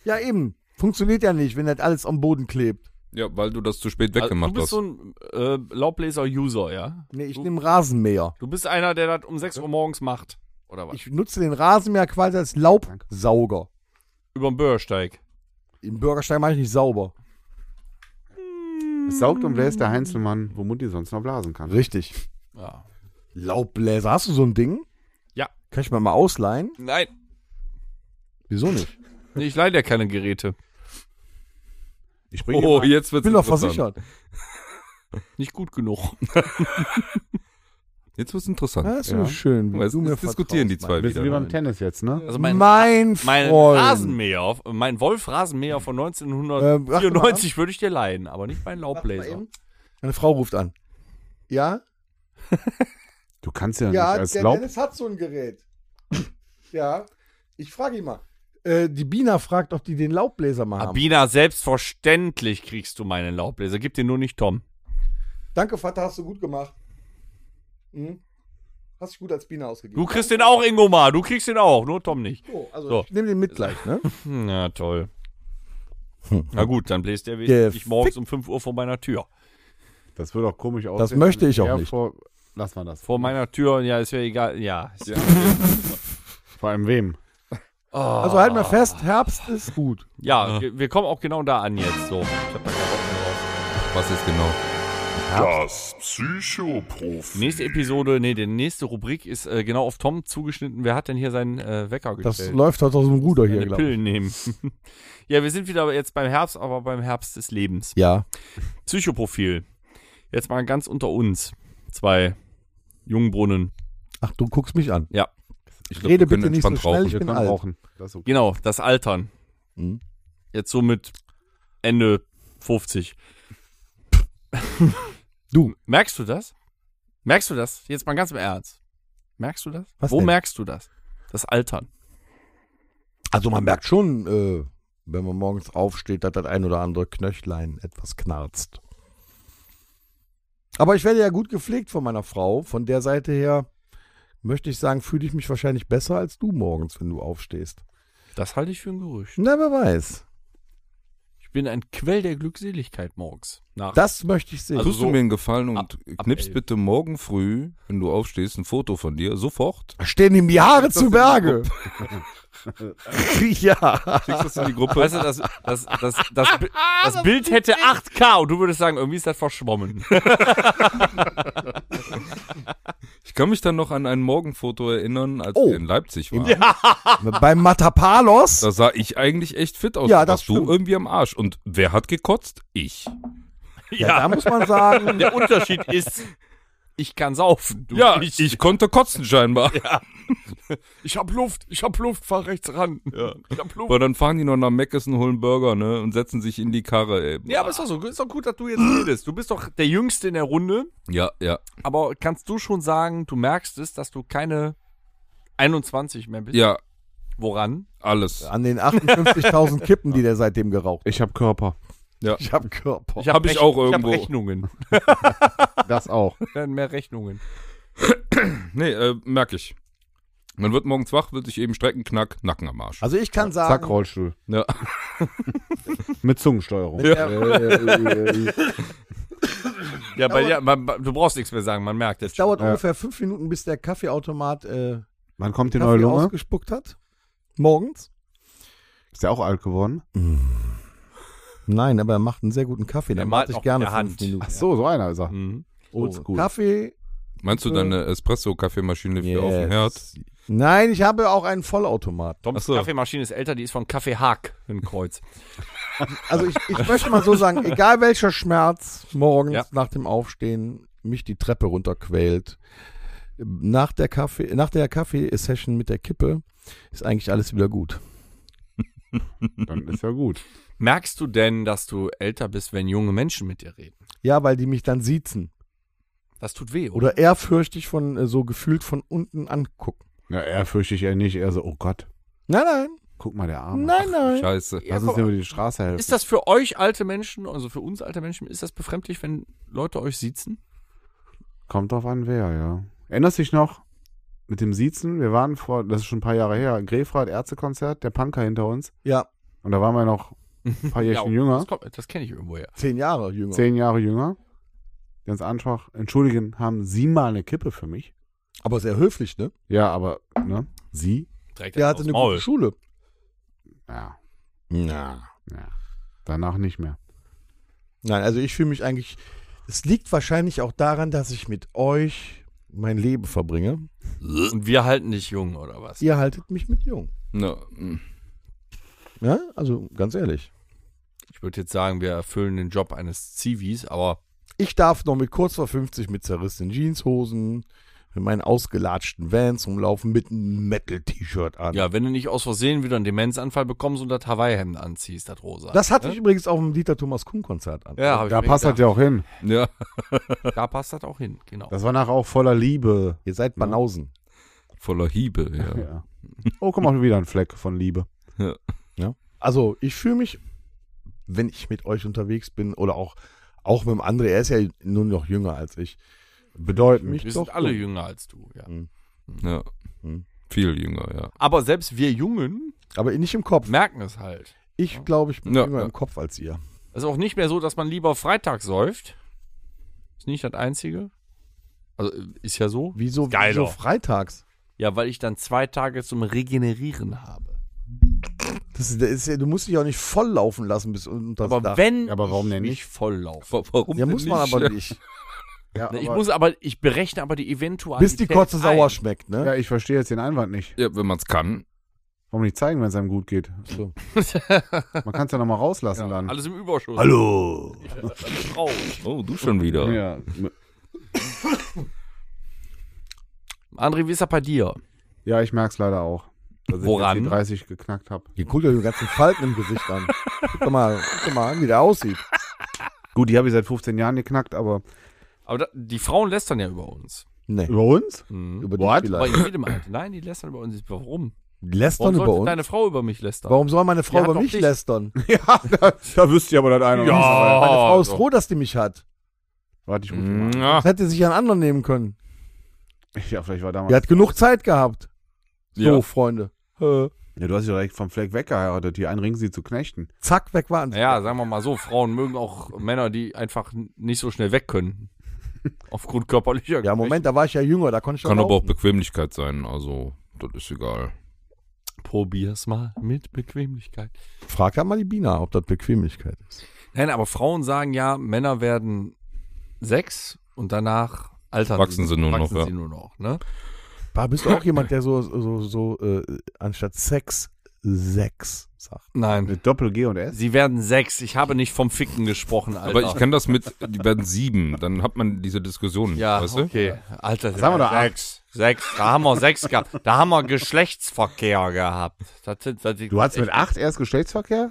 B: Ja, eben. Funktioniert ja nicht, wenn das alles am Boden klebt.
C: Ja, weil du das zu spät
E: Also, du
C: weggemacht
E: bist
C: hast.
E: so ein äh, Laubbläser-User, ja?
B: Nee, ich
E: Du-
B: nehme Rasenmäher.
E: Du bist einer, der das um 6 Uhr morgens macht. Oder was?
B: Ich nutze den Rasenmäher quasi als Laubsauger.
E: Überm Bürgersteig.
B: Im Bürgersteig mache ich nicht sauber.
D: Es saugt und bläst
B: ähm,
D: der Heinzelmann, wo Mutti sonst noch blasen kann.
B: Richtig.
E: Ja.
B: Laubbläser. Hast du so ein Ding? Kann ich mir mal ausleihen?
E: Nein,
B: Wieso nicht?
E: nee, ich leide ja keine Geräte.
D: Ich bringe
C: Oh, jetzt wird's
B: Ich bin doch
C: interessant.
B: versichert.
E: Nicht gut genug.
C: Jetzt wird's interessant.
B: Das ist
D: Ja.
B: so schön.
C: Guck mal, jetzt jetzt diskutieren die zwei
D: ein bisschen
C: wieder.
D: wie beim Tennis jetzt, ne?
E: Also
B: Mein,
E: mein,
B: mein
E: mein
B: Freund.
E: Rasenmäher, mein Wolf-Rasenmäher von
B: Äh, warte mal
E: 1994 würde ich dir leihen, aber nicht mein Laubbläser.
B: Meine Frau ruft an. Ja?
D: Du kannst ja,
B: Ja,
D: nicht als
B: der
D: Laub.
B: Dennis hat so ein Gerät. ja. Ich frage ihn mal. Äh, die Bina fragt, ob die den Laubbläser mal haben.
E: Abina, selbstverständlich kriegst du meinen Laubbläser. Gib den nur nicht Tom.
B: Danke, Vater, hast du gut gemacht. Hm? Hast dich gut als Bina ausgegeben.
E: Du kriegst den auch, Ingo mal. Du kriegst den auch, nur Tom nicht.
B: So, also
E: So.
B: ich nehme den mit gleich, ne?
E: Na toll. Na gut, dann bläst der
B: Hm. Der
E: wesentlich morgens um 5 Uhr vor meiner Tür.
D: Das würde auch komisch aussehen.
B: Das möchte ich auch
D: Ja,
B: nicht.
D: Vor, lass mal das.
E: Vor meiner Tür, ja, ist ja egal. Ja. Ist ja
D: Vor allem wem?
B: Also halt mal fest, Herbst ist gut.
E: ja, wir- wir kommen auch genau da an jetzt. So. Ich hab da keinen Bock mehr drauf.
C: Was ist genau?
A: Das Psychoprofi.
E: Nächste Episode, nee, die nächste Rubrik ist äh, genau auf Tom zugeschnitten. Wer hat denn hier seinen äh, Wecker
B: Das
E: gestellt?
B: läuft heute aus dem Ruder hier,
E: Seine
B: glaube ich.
E: Pillen nehmen. ja, wir sind wieder jetzt beim Herbst, aber beim Herbst des Lebens.
B: Ja.
E: Psychoprofil. Jetzt mal ganz unter uns. Zwei Jungbrunnen.
B: Ach, du guckst mich an.
C: Ich
B: Rede
C: wir können
B: bitte nicht so
C: entspannt
B: schnell,
C: rauchen.
B: ich
D: Wir
B: bin
D: können
B: alt.
D: rauchen. Das ist okay.
E: Genau, das Altern.
B: Hm.
E: Jetzt so mit Ende 50.
B: Du.
E: Merkst du das? Merkst du das? Jetzt mal ganz im Ernst. Merkst du das?
B: Was
E: Wo
B: denn?
E: merkst du das? Das Altern.
B: Also man merkt schon, äh, wenn man morgens aufsteht, dass das ein oder andere Knöchlein etwas knarzt. Aber ich werde ja gut gepflegt von meiner Frau. Von der Seite her möchte ich sagen, fühle ich mich wahrscheinlich besser als du morgens, wenn du aufstehst.
E: Das halte ich für ein Gerücht.
B: Na, wer weiß.
E: Ich bin ein Quell der Glückseligkeit morgens. Nach
B: Das möchte ich sehen.
E: Also
C: Tust
E: so
C: du mir einen Gefallen und
E: ab- ab
C: knippst
E: elf.
C: bitte morgen früh, wenn du aufstehst, ein Foto von dir, sofort.
B: Stehen ihm die Haare zu Berge. ja.
C: Schickst das in die Gruppe.
E: Weißt du, das, das, das, das, Bi- das Bild hätte 8K und du würdest sagen, irgendwie ist das verschwommen.
C: Ich kann mich dann noch an ein Morgenfoto erinnern, als
B: Oh.
C: wir in Leipzig waren.
B: Beim Matapalos.
C: Da sah ich eigentlich echt fit aus.
B: Ja,
C: Da
B: das
C: warst du
B: stimmt.
C: irgendwie am Arsch. Und wer hat gekotzt? Ich.
B: Ja, da muss man sagen.
E: Der Unterschied ist, ich kann saufen. Du
C: ja,
E: nicht.
C: ich, konnte kotzen scheinbar.
E: ich hab Luft, ich hab Luft, fahr rechts ran. Ich hab Luft.
C: Weil dann fahren die noch nach Meckes und holen Burger, ne? Und setzen sich in die Karre, ey.
E: Ja, aber ist doch so, ist doch gut, dass du jetzt redest. Du bist doch der Jüngste in der Runde,
C: Ja, ja.
E: aber kannst du schon sagen, du merkst es, dass du keine 21 mehr bist?
C: Ja,
E: Woran?
C: alles.
B: An den 58.000 Kippen, die der seitdem geraucht hat.
D: Ich habe Körper.
B: Ich habe Körper.
C: Hab ich auch irgendwo.
E: Ich hab Rechnungen.
D: Das auch.
E: Werden mehr Rechnungen.
C: Nee, äh, merk ich. Man wird morgens wach, wird sich eben strecken, knack, Nacken am Arsch.
B: Also ich kann
D: Zack,
B: sagen,
D: Rollstuhl.
C: Ja.
D: Mit Zungensteuerung. Äh, äh, äh, äh.
E: Ja, bei dir, man, man- du brauchst nichts mehr sagen, man merkt es.
B: es dauert
D: Ja.
B: ungefähr fünf Minuten, bis der Kaffeeautomat äh,
D: Wann kommt die neue
B: Kaffee
D: Lunge?
B: ausgespuckt hat. Morgens?
D: Ist der auch alt geworden?
B: Nein, aber er macht einen sehr guten Kaffee.
E: Er
B: Dann
E: malt
B: warte ich
E: noch
B: gerne
E: mit
B: fünf
E: der Hand.
B: Minuten.
D: Ach so, so einer ist er.
E: Mhm.
D: Oldschool.
B: Kaffee?
C: Meinst du deine Espresso-Kaffeemaschine für auf dem Herd?
B: Yes. Nein, ich habe auch einen Vollautomat.
E: Toms
C: Ach so.
E: Kaffeemaschine ist älter, die ist von Kaffee Haag in Kreuz.
B: Also ich, ich möchte mal so sagen, egal welcher Schmerz morgens
E: Ja.
B: nach dem Aufstehen mich die Treppe runterquält, nach der Kaffee, nach der Kaffee-Session mit der Kippe ist eigentlich alles wieder gut.
D: Dann ist ja gut.
E: Merkst du denn, dass du älter bist, wenn junge Menschen mit dir reden?
B: Ja, weil die mich dann siezen
E: Das tut weh, oder?
B: oder ehrfürchtig von äh, so gefühlt von unten angucken.
D: Ja, er fürchte ich eher nicht. Er so, oh Gott,
B: Nein, nein,
D: guck mal, der Arme.
B: nein, nein.
C: Scheiße.
D: Lass uns dir über die Straße helfen.
E: Ist das für euch alte Menschen, also für uns alte Menschen, ist das befremdlich, wenn Leute euch siezen?
D: Kommt drauf an, wer, ja. Erinnerst dich noch mit dem Siezen? Wir waren vor, das ist schon ein paar Jahre her, Grefrath Ärztekonzert, der Punker hinter uns.
B: Ja,
D: Und da waren wir noch ein paar Jährchen
E: Das,
D: jünger,
E: kommt- das kenne ich irgendwoher.
B: zehn Jahre jünger.
D: zehn Jahre jünger. Die uns ansprach, entschuldigen, haben Sie mal eine Kippe für mich?
B: Aber sehr höflich, ne?
D: Ja, aber, ne? Sie?
E: Direkt
B: Der
E: aus
B: hatte
E: dem
B: eine
E: Maul.
B: gute Schule.
D: Ja,
B: Na.
D: ja. Danach nicht mehr.
B: Nein, also ich fühle mich eigentlich. Es liegt wahrscheinlich auch daran, dass ich mit euch mein Leben verbringe.
E: Und wir halten dich jung, oder was?
B: Ihr haltet mich mit jung.
C: Na, mh.
B: Ja, also ganz ehrlich.
E: Ich würde jetzt sagen, wir erfüllen den Job eines Zivis, aber
B: Ich darf noch mit kurz vor 50 mit zerrissenen Jeanshosen, mit meinen ausgelatschten Vans rumlaufen, mit einem Metal-T-Shirt an.
E: ja, wenn du nicht aus Versehen wieder einen Demenzanfall bekommst und das Hawaii-Hemd anziehst, das rosa.
B: Das hatte ich übrigens auf dem Dieter Thomas Kuhn-Konzert an.
E: ja, hab ich
D: Da
E: mir
D: passt das
E: gedacht.
D: ja auch hin.
C: ja.
E: Da passt das auch hin, genau.
D: Das war nachher auch voller Liebe.
B: Ihr seid Banausen.
C: Voller Hiebe, ja.
D: Ja. Oh, komm auch wieder ein Fleck von Liebe.
B: Also, ich fühle mich, wenn ich mit euch unterwegs bin oder auch, auch mit dem André, er ist ja nur noch jünger als ich.
D: Bedeutend.
B: Mich
E: wir
B: doch
E: sind alle
B: gut.
E: jünger als du, ja.
C: ja.
B: Hm.
C: Viel jünger, ja.
E: Aber selbst wir Jungen
B: Aber nicht im Kopf.
E: merken es halt.
B: Ich glaube, ich bin
C: Ja,
B: jünger
C: ja.
B: im Kopf als ihr.
E: Es ist auch nicht mehr so, dass man lieber Freitag säuft. Ist nicht das Einzige. Also ist ja so.
B: Wieso,
E: Geiler.
B: wieso freitags?
E: Ja, weil ich dann zwei Tage zum Regenerieren habe.
B: Das ist, das ist, ja- du musst dich auch nicht voll laufen lassen bis unter das
E: Aber
B: Dach.
E: wenn
D: Aber warum denn
E: ich
D: nicht?
E: mich voll laufe.
C: Wa- Warum
B: ja,
C: denn
B: muss man
C: nicht?
B: aber
C: Ja.
B: nicht. Ja,
E: Ne, Ich
B: aber-
E: muss aber, ich berechne aber die Eventualität.
B: bis die Kotze
E: ein.
B: sauer schmeckt, ne?
D: Ja, ich verstehe jetzt den Einwand nicht.
C: Ja, wenn man es kann.
D: Warum nicht zeigen, wenn es einem gut geht? Man kann es ja nochmal rauslassen dann.
E: Alles im Überschuss.
B: Hallo.
E: Alles drauf.
C: Oh, du schon wieder.
D: Ja.
E: André, wie ist das bei dir?
D: ja, ich merke es leider auch. Dass
E: Woran?
D: ich jetzt die 30 geknackt habe.
B: Ihr guckt euch die ganzen Falten im Gesicht an. Guck doch mal, guck doch mal an, wie der aussieht.
D: Gut, die habe ich seit 15 Jahren geknackt, aber.
E: Aber da, die Frauen lästern ja über uns.
B: Nee,
D: Über uns?
B: über
D: What?
B: dich
E: Mhm. Aber
B: vielleicht.
E: in jedem Alter. Nein, die lästern über uns. Warum?
B: Lästern
E: Warum
B: über
E: sollte
B: uns?
E: deine Frau über mich lästern?
B: Warum soll meine Frau
E: Die hat
B: über
E: doch
B: mich
E: dich.
B: lästern?
D: Ja, da, da wüsste ich aber das eine oder
E: Ja.
D: andere.
B: Meine Frau
E: Oh,
B: ist
E: so.
B: froh, dass die mich hat.
D: Warte, ich rufe die mal. an.
C: Ja.
B: Das hätte sich einen anderen nehmen können.
D: Ja, vielleicht war damals.
B: Die hat genug Zeit gehabt. So,
C: Ja.
B: Freunde. Äh,
D: Ja, du hast ja direkt vom Fleck weggeheiratet. Hier einen Ring sie zu knechten.
B: zack, weg waren sie.
E: Naja, sagen wir mal so, Frauen mögen auch Männer, die einfach n- nicht so schnell weg können. Aufgrund körperlicher
B: Ja, Moment, da war ich ja jünger, da konnte ich
C: Kann
B: noch
C: aber auch
B: laufen.
C: Bequemlichkeit sein, also das ist egal.
E: Geschwäche. Probier's mal mit Bequemlichkeit.
B: Frag halt mal die Bina, ob das Bequemlichkeit ist.
E: Nein, aber Frauen sagen ja, Männer werden sechs und danach altern
C: Wachsen sie nur
E: wachsen
C: noch,
E: sie
C: ja.
E: nur noch, ne?
B: Bah, bist du auch jemand, der so, so, so äh, anstatt Sex, Sex sagt?
E: Nein.
D: Mit Doppel-G und S?
E: Sie werden sechs. Ich habe nicht vom Ficken gesprochen, Alter.
C: Aber ich kann das mit, die werden sieben, dann hat man diese Diskussion,
E: Ja,
C: weißt du?
E: okay. Alter,
D: haben wir da?
E: sechs. Sechs. Da haben wir sechs gehabt. Da haben wir Geschlechtsverkehr gehabt. Das, sind- das,
D: Du hattest mit 8 erst Geschlechtsverkehr?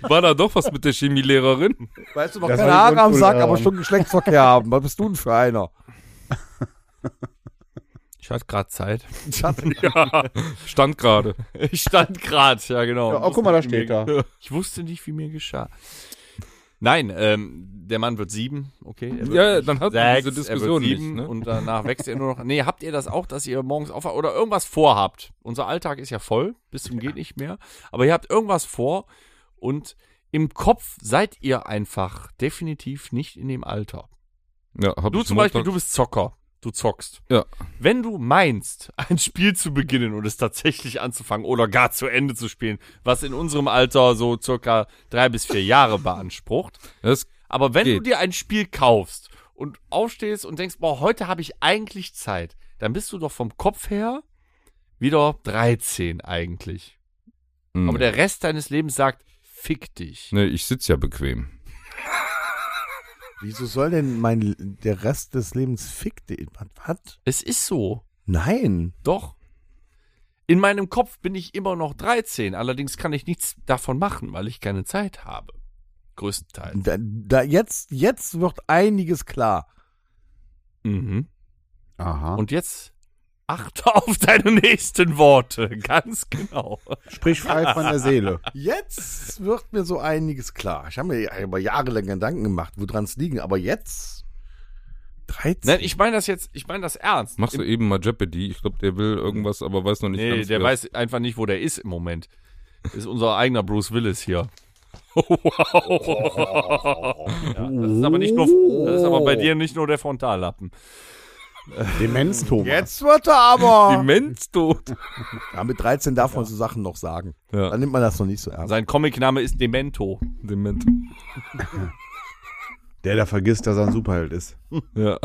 C: War da doch was mit der Chemielehrerin?
B: Weißt du, noch
D: Das
B: keine
D: war die
B: Haare am
D: Grundschule,
B: Sack,
D: ähm.
B: aber schon Geschlechtsverkehr haben. Was bist du denn für einer?
E: Ich hatte gerade Zeit.
C: Ja, stand gerade.
E: Ich stand gerade, ja genau.
D: Ja, oh, guck mal, da steht da.
E: Ich wusste nicht, wie mir geschah. Nein, ähm, der Mann wird sieben, okay. er wird
C: Ja, dann hat man
E: sechs,
C: diese
E: er wird
C: Diskussion nicht.
E: sieben
C: Ne?
E: Und danach wächst er nur noch. Nee, habt ihr das auch, dass ihr morgens aufwacht oder irgendwas vorhabt? Unser Alltag ist ja voll, bis zum geht nicht mehr. Aber ihr habt irgendwas vor und im Kopf seid ihr einfach definitiv nicht in dem Alter.
C: Ja, hab
E: Du
C: ich
E: zum Beispiel,
C: Montag-
E: du bist Zocker. Du zockst.
C: Ja.
E: Wenn du meinst, ein Spiel zu beginnen und es tatsächlich anzufangen oder gar zu Ende zu spielen, was in unserem Alter so circa drei bis vier Jahre beansprucht,
C: Das,
E: aber wenn du
C: Geht.
E: dir ein Spiel kaufst und aufstehst und denkst, boah, heute habe ich eigentlich Zeit, dann bist du doch vom Kopf her wieder 13 eigentlich.
C: nee.
E: Aber der Rest deines Lebens sagt, fick dich.
C: nee, ich sitz ja bequem.
B: Wieso soll denn mein, der Rest des Lebens fickt den? Was? was?
E: Es ist so.
B: Nein.
E: Doch. In meinem Kopf bin ich immer noch 13, allerdings kann ich nichts davon machen, weil ich keine Zeit habe. Größtenteils.
B: Da, da, jetzt, jetzt wird einiges klar.
E: Mhm.
D: Aha.
E: Und jetzt achte auf deine nächsten Worte, ganz genau.
D: Sprich frei von der Seele.
B: Jetzt wird mir so einiges klar. Ich habe mir über Jahre lang Gedanken gemacht, woran es liegen, aber jetzt 13.
E: Nein, ich meine das jetzt, ich meine das ernst.
C: Machst du eben mal Jeopardy? Ich glaube, der will irgendwas, aber weiß noch nicht
E: nee,
C: ganz,
E: der
C: wer-
E: weiß einfach nicht, wo der ist im Moment. Ist unser eigener Bruce Willis hier. Wow. Ja, das ist aber nicht nur, das ist aber bei dir nicht nur der Frontallappen.
D: Demenz, Thomas.
B: Jetzt wird er aber.
C: Demenz tot.
B: Ja, mit 13 darf man so Sachen noch sagen.
C: Ja.
B: Dann nimmt man das noch nicht so ernst.
E: Sein Comicname ist Demento.
C: Dement.
D: Der, der vergisst, dass er ein Superheld ist.
C: Ja.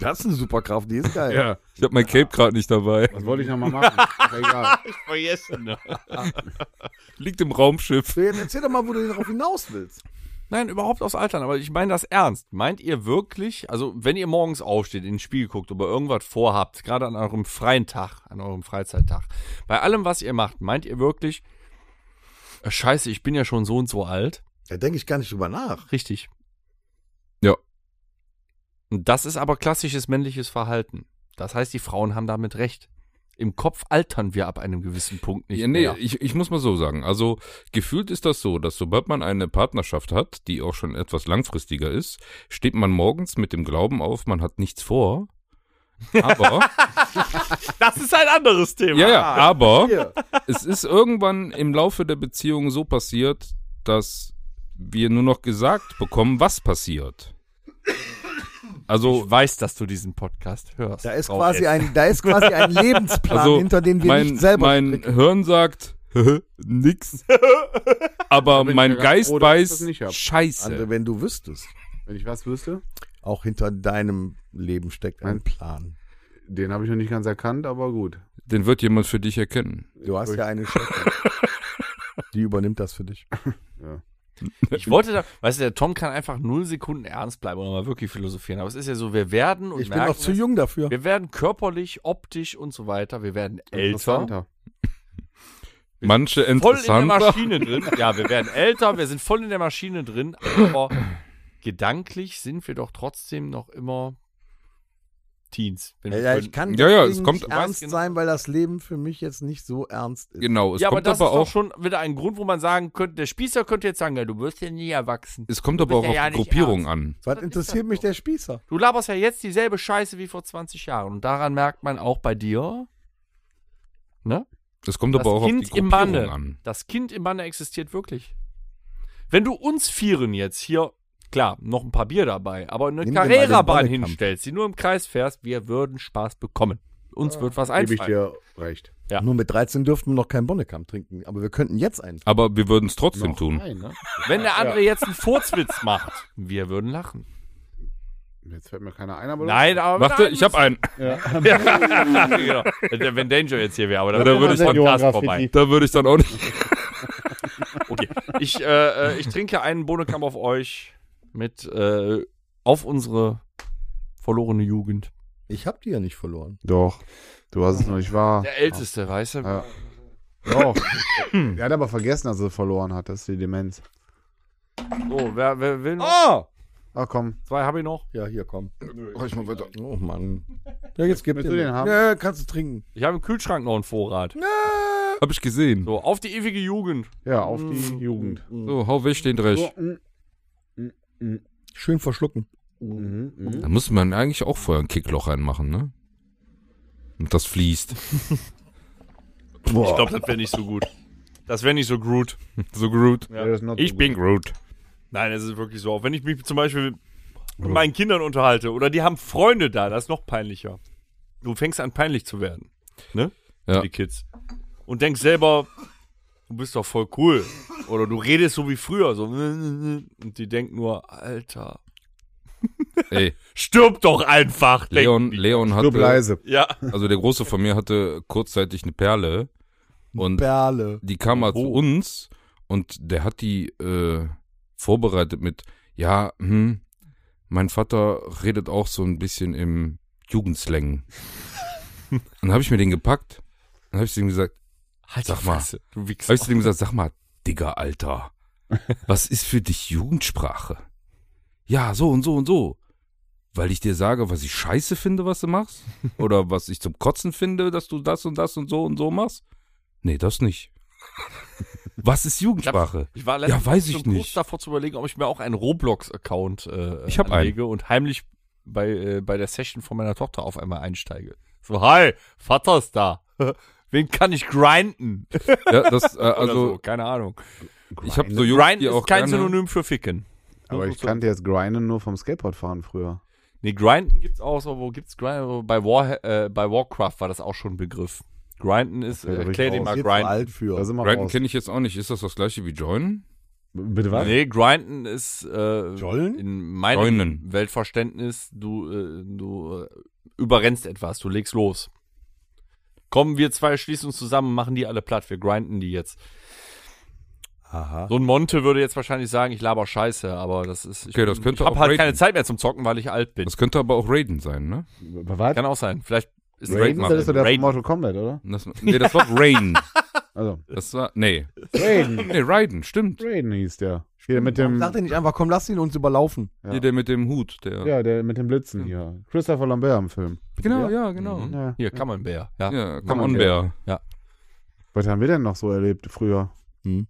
B: Das ist eine Superkraft, die ist geil.
C: ja. Ich habe mein Cape gerade nicht dabei.
D: Was wollte ich nochmal machen? Ist doch egal.
E: Vergessen.
C: Liegt im Raumschiff.
B: So, jetzt erzähl doch mal, wo du darauf hinaus willst.
E: Nein, überhaupt aus Altern, aber ich meine das ernst. Meint ihr wirklich, also wenn ihr morgens aufsteht, in den Spiegel guckt, ob ihr irgendwas vorhabt, gerade an eurem freien Tag, an eurem Freizeittag, bei allem, was ihr macht, meint ihr wirklich, äh, scheiße, ich bin ja schon so und so alt?
B: Da denke ich gar nicht drüber nach.
E: Richtig.
C: Ja.
E: Und das ist aber klassisches männliches Verhalten. Das heißt, die Frauen haben damit recht. Im Kopf altern wir ab einem gewissen Punkt nicht
C: Ja, nee,
E: mehr.
C: ich, ich muss mal so sagen. Also gefühlt ist das so, dass sobald man eine Partnerschaft hat, die auch schon etwas langfristiger ist, steht man morgens mit dem Glauben auf, man hat nichts vor. Aber,
E: Das ist ein anderes Thema.
C: Genau. ja, ja, aber
B: Hier.
C: es ist irgendwann im Laufe der Beziehung so passiert, dass wir nur noch gesagt bekommen, was passiert. Also
E: Ich weiß, dass du diesen Podcast hörst.
B: Da ist
E: Frau
B: quasi
E: S.
B: ein, da ist quasi ein Lebensplan
C: Also,
B: hinter den wir
C: mein,
B: nicht selber
C: mein
B: stricken.
C: Hirn sagt nix, aber
D: bin ich ja
C: mein
D: ganz
C: Geist
D: froh, dass ich das
C: weiß
D: nicht hab.
B: Andere,
C: Scheiße.
B: wenn du wüsstest,
D: Wenn ich was wüsste,
B: auch hinter deinem Leben steckt ein
D: Mein-
B: Plan.
D: den habe ich noch nicht ganz erkannt, aber gut.
C: Den wird jemand für dich erkennen.
B: Du hast ja eine Chefin. Die übernimmt das für dich.
E: Ich wollte da, weißt du, der Tom kann einfach null Sekunden ernst bleiben und mal wirklich philosophieren. Aber es ist ja so, wir werden und
B: Ich bin
E: merken,
B: auch zu
E: es,
B: jung dafür.
E: wir werden körperlich, optisch und so weiter, wir werden älter.
D: Interessanter.
C: Manche
E: Voll in der
C: interessanter.
E: Maschine drin. Ja, wir werden älter, wir sind voll in der Maschine drin, aber gedanklich sind wir doch trotzdem noch immer Teens. wenn wir
B: Ja,
E: können.
B: ich kann
C: Ja, ja, es
B: deswegen
C: kommt-
B: nicht
C: weiß
B: ernst
E: genau.
B: sein, weil das Leben für mich jetzt nicht so ernst ist.
C: Genau, es
E: ja aber
C: kommt
E: das
C: aber,
E: ist doch
C: auch,
E: schon wieder ein Grund, wo man sagen könnte, der Spießer könnte jetzt sagen, ja, du wirst ja nie erwachsen.
C: es kommt
E: Du
C: aber auch
E: bist ja
C: auf
E: ja
C: die
E: nicht
C: Gruppierung
E: ernst.
C: an.
B: Was interessiert mich der Spießer?
E: Du laberst ja jetzt dieselbe Scheiße wie vor 20 Jahren. Und daran merkt man auch bei dir, ne?
C: Es kommt aber
E: das
C: auch auf die
E: Kind im
C: Gruppierung
E: Bande.
C: an.
E: Das Kind im Bande existiert wirklich. Wenn du uns Vieren jetzt hier, klar, noch ein paar Bier dabei, aber eine
B: Nimm dir mal den
E: Carrera-Bahn
B: Bonnekamp.
E: hinstellst, die nur im Kreis fährst, wir würden Spaß bekommen. Uns wird was
D: Gebe ich
E: einfallen.
D: dir recht.
E: Ja.
B: Nur mit 13 dürften wir noch keinen Bonnekamp trinken, aber wir könnten jetzt einen.
C: Aber wir würden es trotzdem tun.
D: Nein, ne?
E: Wenn der andere jetzt einen Furzwitz macht, wir würden lachen.
D: Jetzt fällt mir keiner ein, aber
E: Nein, aber
C: Warte, ich habe einen.
E: genau. Wenn wenn Danger jetzt hier wäre, aber dann
C: Ja, da
E: wäre
C: würde
E: das
C: ich-
E: Podcast vorbei.
C: Da würde ich dann auch nicht.
E: Okay. Ich, äh, äh, ich trinke einen Bohnenkamp auf euch mit äh, auf unsere verlorene Jugend.
B: Ich hab die ja nicht verloren.
D: Doch. Du hast es noch nicht wahr.
E: Der Älteste, weißt du?
D: Ja. Doch. er hat aber vergessen, dass er verloren hat. Das ist die Demenz.
E: So, wer, wer will noch?
B: Ah!
D: Ach komm.
E: Zwei habe ich noch.
B: Ja, hier, komm.
A: Reiß mal weiter.
B: Oh Mann. Ja, jetzt gib
D: Willst
B: dir
D: du
B: den.
D: den haben?
B: Ja, kannst du trinken.
E: Ich habe im Kühlschrank noch einen Vorrat.
C: Habe ich gesehen.
E: So, auf die ewige Jugend.
D: Ja, auf die Jugend.
C: So, hau weg den Dresch.
B: Schön verschlucken.
D: Mhm, mhm.
C: Da muss man eigentlich auch vorher ein Kickloch reinmachen, ne? Und das fließt.
E: Ich glaube, das wäre nicht so gut. Das wäre nicht so Groot.
C: So Groot.
D: Ja, das ist not so
E: Ich
D: gut.
E: bin Groot. Nein, es ist wirklich so. Auch wenn ich mich zum Beispiel mit meinen Kindern unterhalte oder die haben Freunde da, das ist noch peinlicher. Du fängst an, peinlich zu werden. Ne?
C: Ja.
E: Die Kids. Und denkst selber, du bist doch voll cool. Oder du redest so wie früher. So. Und die denken nur, Alter,
C: Ey,
E: stirb doch einfach. denken
C: Leon,
E: die.
C: Leon
D: Nur
C: hatte,
D: leise.
E: Ja.
C: also der Große von mir hatte kurzzeitig eine Perle und
B: Perle.
C: die kam mal zu
E: Oh.
C: uns und der hat die äh, vorbereitet mit, ja, hm, mein Vater redet auch so ein bisschen im Jugendslang. Und dann habe ich mir den gepackt, dann habe ich zu ihm gesagt,
E: Halt
C: Sag mal.
E: du
C: habe ich
E: Wichser.
C: zu ihm gesagt, sag mal, Digga, Alter, was ist für dich Jugendsprache? Ja, so und so und so. Weil ich dir sage, was ich scheiße finde, was du machst? Oder was ich zum Kotzen finde, dass du das und das und so und so machst? Nee, das nicht. Was ist Jugendsprache?
E: Ich war letztens
C: Ja, weiß ich
E: schon kurz
C: nicht.
E: davor zu überlegen, ob ich mir auch einen Roblox-Account äh,
C: Ich hab
E: anlege und heimlich bei, äh, bei der Session von meiner Tochter auf einmal einsteige. So, hi, Vater ist da. Wen kann ich grinden?
C: Ja, das, äh,
E: Oder
C: also,
E: so, keine Ahnung.
C: ich habe so Jungs,
E: Grind
C: die
E: ist
C: auch
E: kein
C: gerne,
E: Synonym für Ficken.
D: Aber
E: Nur
D: ich
E: so-
D: kannte jetzt Grinden nur vom Skateboard fahren früher.
E: Nee, grinden gibt's auch so, wo gibt's grinden? Bei, War, äh, bei Warcraft war das auch schon ein Begriff. Grinden ist,
D: Ja, da
E: äh,
D: bin ich
E: erklär dir
D: raus.
E: mal
B: Jetzt
E: grinden.
B: Oh, alt
D: Da
B: für.
D: sind wir
C: Grinden
D: raus.
C: kenne ich jetzt auch nicht. Ist das das gleiche wie Join?
D: Bitte was?
E: Nee, grinden ist äh,
B: Jollen?
E: in meinem
C: Joinen.
E: Weltverständnis, du, äh, du äh, überrennst etwas, du legst los. Kommen wir zwei, schließen uns zusammen, machen die alle platt, wir grinden die jetzt.
B: Aha.
E: So ein Monte würde jetzt wahrscheinlich sagen, ich laber Scheiße, aber das ist. Ich,
C: Okay, das könnte
E: ich habe
C: auch
E: halt
C: Raiden.
E: keine Zeit mehr zum Zocken, weil ich alt bin.
C: Das könnte aber auch Raiden sein, ne?
D: Was?
E: Kann auch sein. Vielleicht ist
D: Raiden, das ist doch der von
E: Raiden.
D: Mortal Kombat, oder?
C: Das, nee, das war Rain.
D: Also,
C: Das war, nee.
D: Raiden.
C: Nee, Raiden, stimmt.
D: Raiden hieß der. Hier mit dem,
B: Sag dir nicht einfach, komm, lass ihn uns überlaufen.
D: Ja.
C: Hier der mit dem Hut, der.
D: ja, der mit den Blitzen hier. Christopher Lambert im Film.
C: Genau, ja, genau.
E: Mhm.
D: Ja.
E: Hier, Camembert. Ja.
C: Ja, come on, Bär.
D: Was haben wir denn noch so erlebt früher?
B: Hm.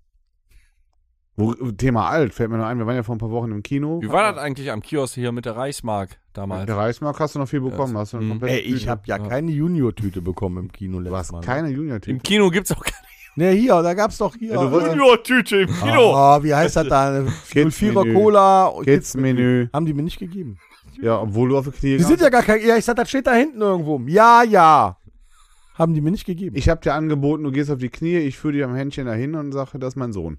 D: Wo, Thema alt, fällt mir noch ein. Wir waren ja vor ein paar Wochen im Kino.
E: Wie war das eigentlich am Kiosk hier mit der Reichsmark damals?
D: Der Reismark hast du noch viel bekommen. Hast du eine
E: Hm.
D: komplette
B: Ey, ich
D: Tüte.
B: hab ja, keine Junior-Tüte bekommen im Kino
D: Du
B: letztes
D: hast
B: Mal.
D: keine junior
E: Im Kino gibt's auch keine
B: Nee, Ne, hier, da gab's doch hier. Äh,
D: Ja, du wolltest-
E: Junior-Tüte im Kino.
B: Ah, wie heißt das da? 04er
D: Menü.
B: Cola. und
D: Kids-Menü.
B: Haben die mir nicht gegeben.
D: Ja, obwohl du auf die Knie
B: Die
D: gegangen
B: sind ja gar kein. Ja, ich sag, das steht da hinten irgendwo. Ja, ja. Haben die mir nicht gegeben.
D: Ich hab dir angeboten, du gehst auf die Knie, ich führe dich am Händchen dahin und sage, das ist mein Sohn.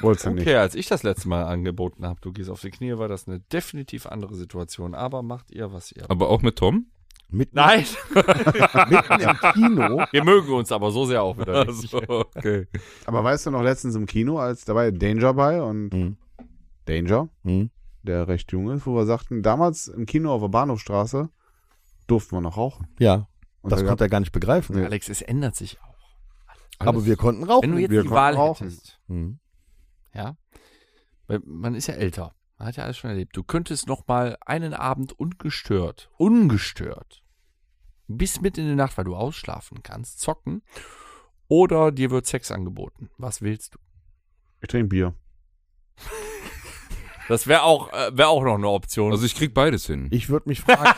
D: Wolltest du nicht.
E: Okay, als ich das letzte Mal angeboten habe, du gehst auf die Knie, war das eine definitiv andere Situation. Aber macht ihr, was ihr.
C: Aber auch mit Tom?
B: Mitten,
E: Nein,
B: mitten im Kino.
E: wir mögen uns aber so sehr auch wieder. Nicht.
C: Also, okay.
D: Aber weißt du noch letztens im Kino, als da war ja Danger bei und
B: Mhm.
D: Danger,
B: Mhm.
D: der recht jung ist, wo wir sagten, damals im Kino auf der Bahnhofstraße durften wir noch rauchen.
B: Ja,
D: Und
B: das
D: da
B: konnte er gar nicht begreifen.
D: Nee.
E: Alex, es ändert sich auch.
B: Aber wir konnten rauchen.
E: Wenn du jetzt
D: wir
E: die
D: konnten
E: Wahl
D: rauchen.
E: hättest,
B: Mhm.
E: ja, weil man ist ja älter, man hat ja alles schon erlebt. Du könntest noch mal einen Abend ungestört, ungestört, bis mit in die Nacht, weil du ausschlafen kannst, zocken oder dir wird Sex angeboten. Was willst du?
D: ich trinke Bier.
E: Das wäre auch, äh, wär auch noch eine Option.
C: Also ich krieg beides hin.
B: Ich würde mich fragen,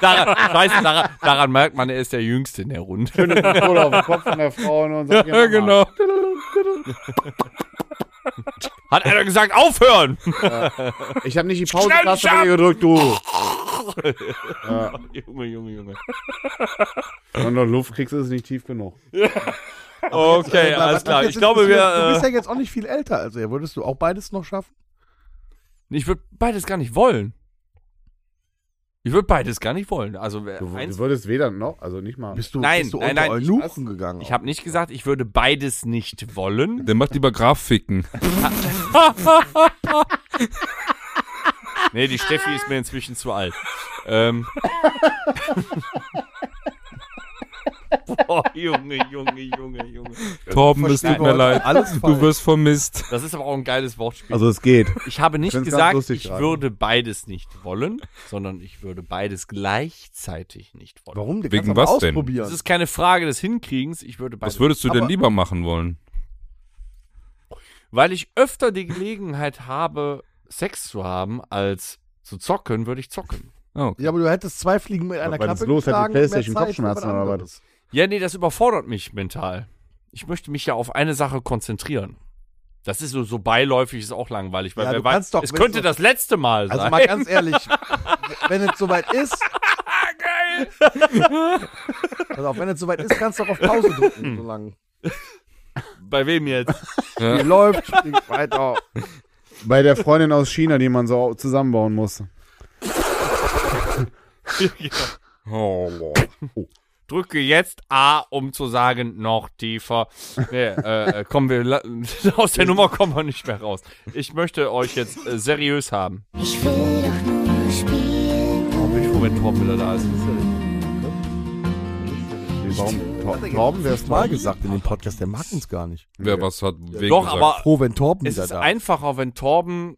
E: daran, scheiße, daran, daran merkt man, er ist der Jüngste in der Runde.
B: Genau.
D: Schöne Kohle auf den Kopf von der Frau und sag,
C: Ja, genau.
E: Hat einer gesagt, aufhören!
D: Ich habe nicht die Pausentaste bei dir gedrückt, du. ja.
E: Junge, Junge, Junge.
D: Wenn du Luft kriegst, ist es nicht tief genug.
E: Okay,
B: aber
E: alles
B: was
E: klar.
B: jetzt
E: Ich
B: ist,
E: glaube,
B: du,
E: wir.
B: Du
E: Äh,
B: bist ja jetzt auch nicht viel älter. Also, ja, würdest du auch beides noch schaffen?
E: Ich würde beides gar nicht wollen. Ich würde beides gar nicht wollen. Also wer-
D: Du, du
E: eins,
D: würdest weder noch, also nicht mal.
B: Bist du,
E: Nein,
B: bist du
E: nein,
B: unter
E: nein, ich-
B: Eunuchen gegangen?
E: ich habe nicht gesagt, ich würde beides nicht wollen.
C: Der macht lieber Grafficken.
E: Nee, die Steffi ist mir inzwischen zu alt. Ähm. Boah, Junge, Junge, Junge, Junge.
C: Torben, es tut
B: Verstehen
C: mir
B: wir
C: leid.
B: Alles
C: Du
B: falsch.
C: wirst vermisst.
E: Das ist aber auch ein geiles Wortspiel.
D: also es geht.
E: Ich habe nicht
D: find's ganz
E: gesagt,
D: lustig
E: ich
D: gerade.
E: würde beides nicht wollen, sondern ich würde beides gleichzeitig nicht wollen.
B: Warum? Du
C: Wegen
B: kannst aber
C: was denn?
B: ausprobieren.
E: Das ist keine Frage des Hinkrigens. Ich würde beides
C: Was würdest du denn
B: Aber-
C: lieber machen wollen?
E: Weil ich öfter die Gelegenheit habe, Sex zu haben, als zu zocken, würde ich zocken.
C: Oh,
B: Ja, aber du hättest zwei Fliegen mit einer
D: Weil das
B: Klappe
D: los hat, die
B: geschlagen, mehr
D: PlayStation
B: Zeit für
D: Kopfschmerzen
B: was
D: oder was?
B: anderes.
E: Ja, nee, das überfordert mich mental. Ich möchte mich ja auf eine Sache konzentrieren. Das ist so, so beiläufig, ist auch langweilig, weil
B: Ja,
E: wer
B: du
E: weiß,
B: kannst doch,
E: es
B: wenn
E: könnte
B: so-
E: das letzte Mal
B: Also
E: sein.
B: mal ganz ehrlich, wenn es soweit ist. Geil! Also auch wenn es soweit ist, kannst du auch auf Pause
E: Hm.
B: drücken, solange.
E: Bei wem jetzt?
B: Hier läuft, springt weiter.
D: Bei der Freundin aus China, die man so zusammenbauen muss.
E: Drücke jetzt A, um zu sagen, noch tiefer. Nee, äh, äh, kommen wir, la- aus der Nummer kommen wir nicht mehr raus. Ich möchte euch jetzt äh, seriös haben.
F: Ich will doch nur spielen.
E: Bin ich froh, wenn Torben wieder da ist.
D: Nee, Warum? Tor Torben, wer ist
B: Mal gesagt in dem Podcast, der mag uns gar nicht.
C: wer was hat wegen
E: Doch,
C: gesagt.
E: aber
B: Froh, wenn Torben
E: Es
B: wieder
E: ist
B: da ist.
E: einfacher, wenn Torben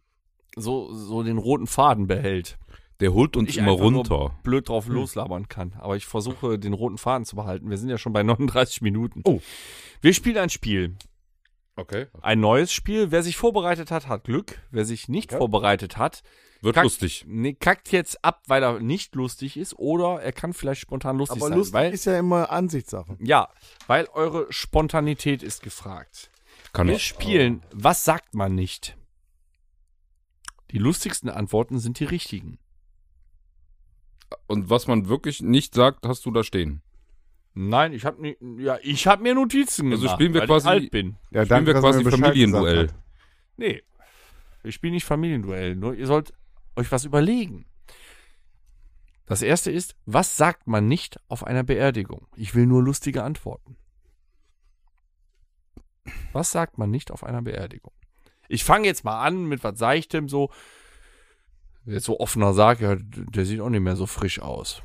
E: so, so den roten Faden behält.
C: Der holt uns
E: Ich
C: immer
E: einfach nur
C: runter. Hm.
E: Blöd drauf loslabern kann. Aber ich versuche, den roten Faden zu behalten. Wir sind ja schon bei 39 Minuten.
D: Oh.
E: Wir spielen ein Spiel.
C: Okay.
E: Ein neues Spiel. Wer sich vorbereitet hat, hat Glück. Wer sich nicht vorbereitet hat,
C: Wird
E: Kack-
C: lustig.
E: nee, kackt jetzt ab, weil er nicht lustig ist. Oder er kann vielleicht spontan lustig
B: Aber
E: sein.
B: lustig
E: weil,
B: ist ja immer Ansichtssache.
E: ja, weil eure Spontanität ist gefragt.
C: Kann
E: Wir
C: ich.
E: spielen, was sagt man nicht? Die lustigsten Antworten sind die richtigen.
C: Und was man wirklich nicht sagt, hast du da stehen.
E: Nein, ich habe ja, ich habe mir Notizen
C: Also
E: gemacht,
C: spielen wir
E: weil
C: quasi-
E: ich alt bin.
D: Ja,
C: Spielen wir
D: dass er mir
C: quasi
D: Bescheid
C: Familienduell.
D: gesagt hat.
E: Nee. Ich spiele nicht Familienduell, nur ihr sollt euch was überlegen. Das erste ist, was sagt man nicht auf einer Beerdigung? Ich will nur lustige Antworten. Was sagt man nicht auf einer Beerdigung? Ich fange jetzt mal an mit was Seichtem, so. Jetzt so offener sagt, ja, der sieht auch nicht mehr so frisch aus.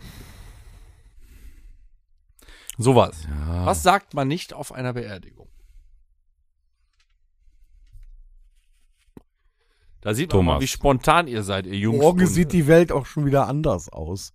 E: Sowas.
C: Ja.
E: Was sagt man nicht auf einer Beerdigung? Da sieht man mal,
C: Thomas.
E: wie spontan ihr seid, ihr Jungs.
B: Morgen sieht die Welt auch schon wieder anders aus.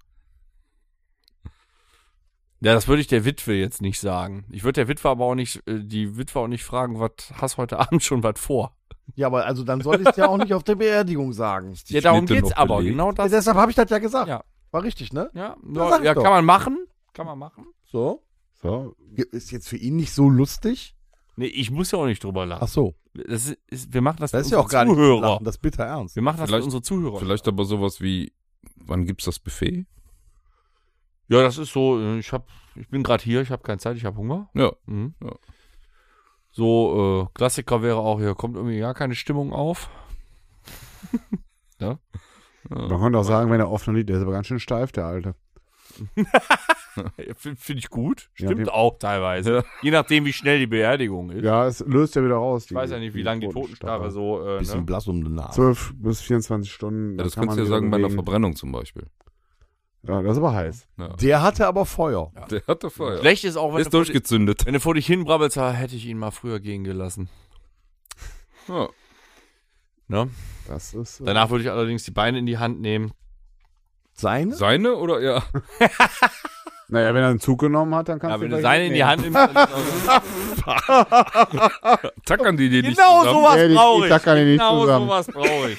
E: ja, das würde ich der Witwe jetzt nicht sagen. Ich würde der Witwe aber auch nicht, äh, die Witwe auch nicht fragen, was hast heute Abend schon was vor?
B: Ja, aber also dann sollte ich es ja auch nicht auf der Beerdigung sagen.
C: Die
E: ja, darum
C: Schnitte
E: geht's
C: noch
E: aber.
C: belegt.
E: Genau
B: Ja,
E: das. Ja,
B: deshalb habe ich das ja gesagt.
E: Ja.
B: War richtig, ne?
E: ja,
B: sag ich
E: ja
B: doch.
E: kann man machen. Kann man machen.
B: So.
D: So,
B: Ist jetzt für ihn nicht so lustig?
E: Nee, ich muss ja auch nicht drüber
B: Ach
E: lachen.
B: so.
E: Das ist- ist, wir machen das,
B: Das ist
E: für
B: ja auch
E: unsere
B: gar nicht zu
E: Zuhörer.
B: lachen, das ist bitter ernst.
E: Wir machen das für
C: Vielleicht-
E: unsere Zuhörer.
C: Vielleicht aber sowas wie, wann gibt's das Buffet?
E: Ja, das ist so, äh, ich hab, ich bin gerade hier, ich habe keine Zeit, ich habe Hunger.
C: Ja.
E: Mhm.
C: Ja.
E: So, äh, Klassiker wäre auch hier, kommt irgendwie gar keine Stimmung auf.
D: man könnte auch sagen, wenn er offen liegt, der ist aber ganz schön steif, der Alte.
E: Finde ich gut.
D: Ja, dem-
E: Stimmt auch teilweise. Je nachdem, wie schnell die Beerdigung ist.
D: Ja, es löst ja wieder raus.
E: Ich weiß ja nicht, wie lange die Totenstarre so. Äh,
B: Bisschen
E: ne?
B: blass um den Nase.
D: 12 bis 24 Stunden.
C: ja das
D: kann
C: könntest du
D: man
C: ja
D: wieder
C: sagen bei einer
D: bewegen.
C: Verbrennung zum Beispiel.
D: Ja, das ist aber heiß.
C: Ja.
B: Der hatte aber Feuer.
C: Der hat der Feuer.
E: Schlecht ist auch, wenn
C: Ist
E: du, vor dich-
C: durchgezündet.
E: wenn du vor dich hinbrabbelst, ah, hätte ich ihn mal früher gehen gelassen.
C: Ja.
E: Ne?
D: Das ist. Äh,
E: Danach würde ich allerdings die Beine in die Hand nehmen.
B: Seine?
C: Seine oder ja?
D: naja, wenn er einen Zug genommen hat, dann kannst
E: Ja,
D: du
E: wenn du
D: gleich
E: Seine in die
D: mitnehmen.
E: Hand nimmst, dann
C: Tackern die dir nicht
E: genau
C: zusammen?
E: sowas
D: Ja, die- die
E: brauche ich.
D: tackern die nicht
E: genau
D: zusammen.
E: sowas brauche ich.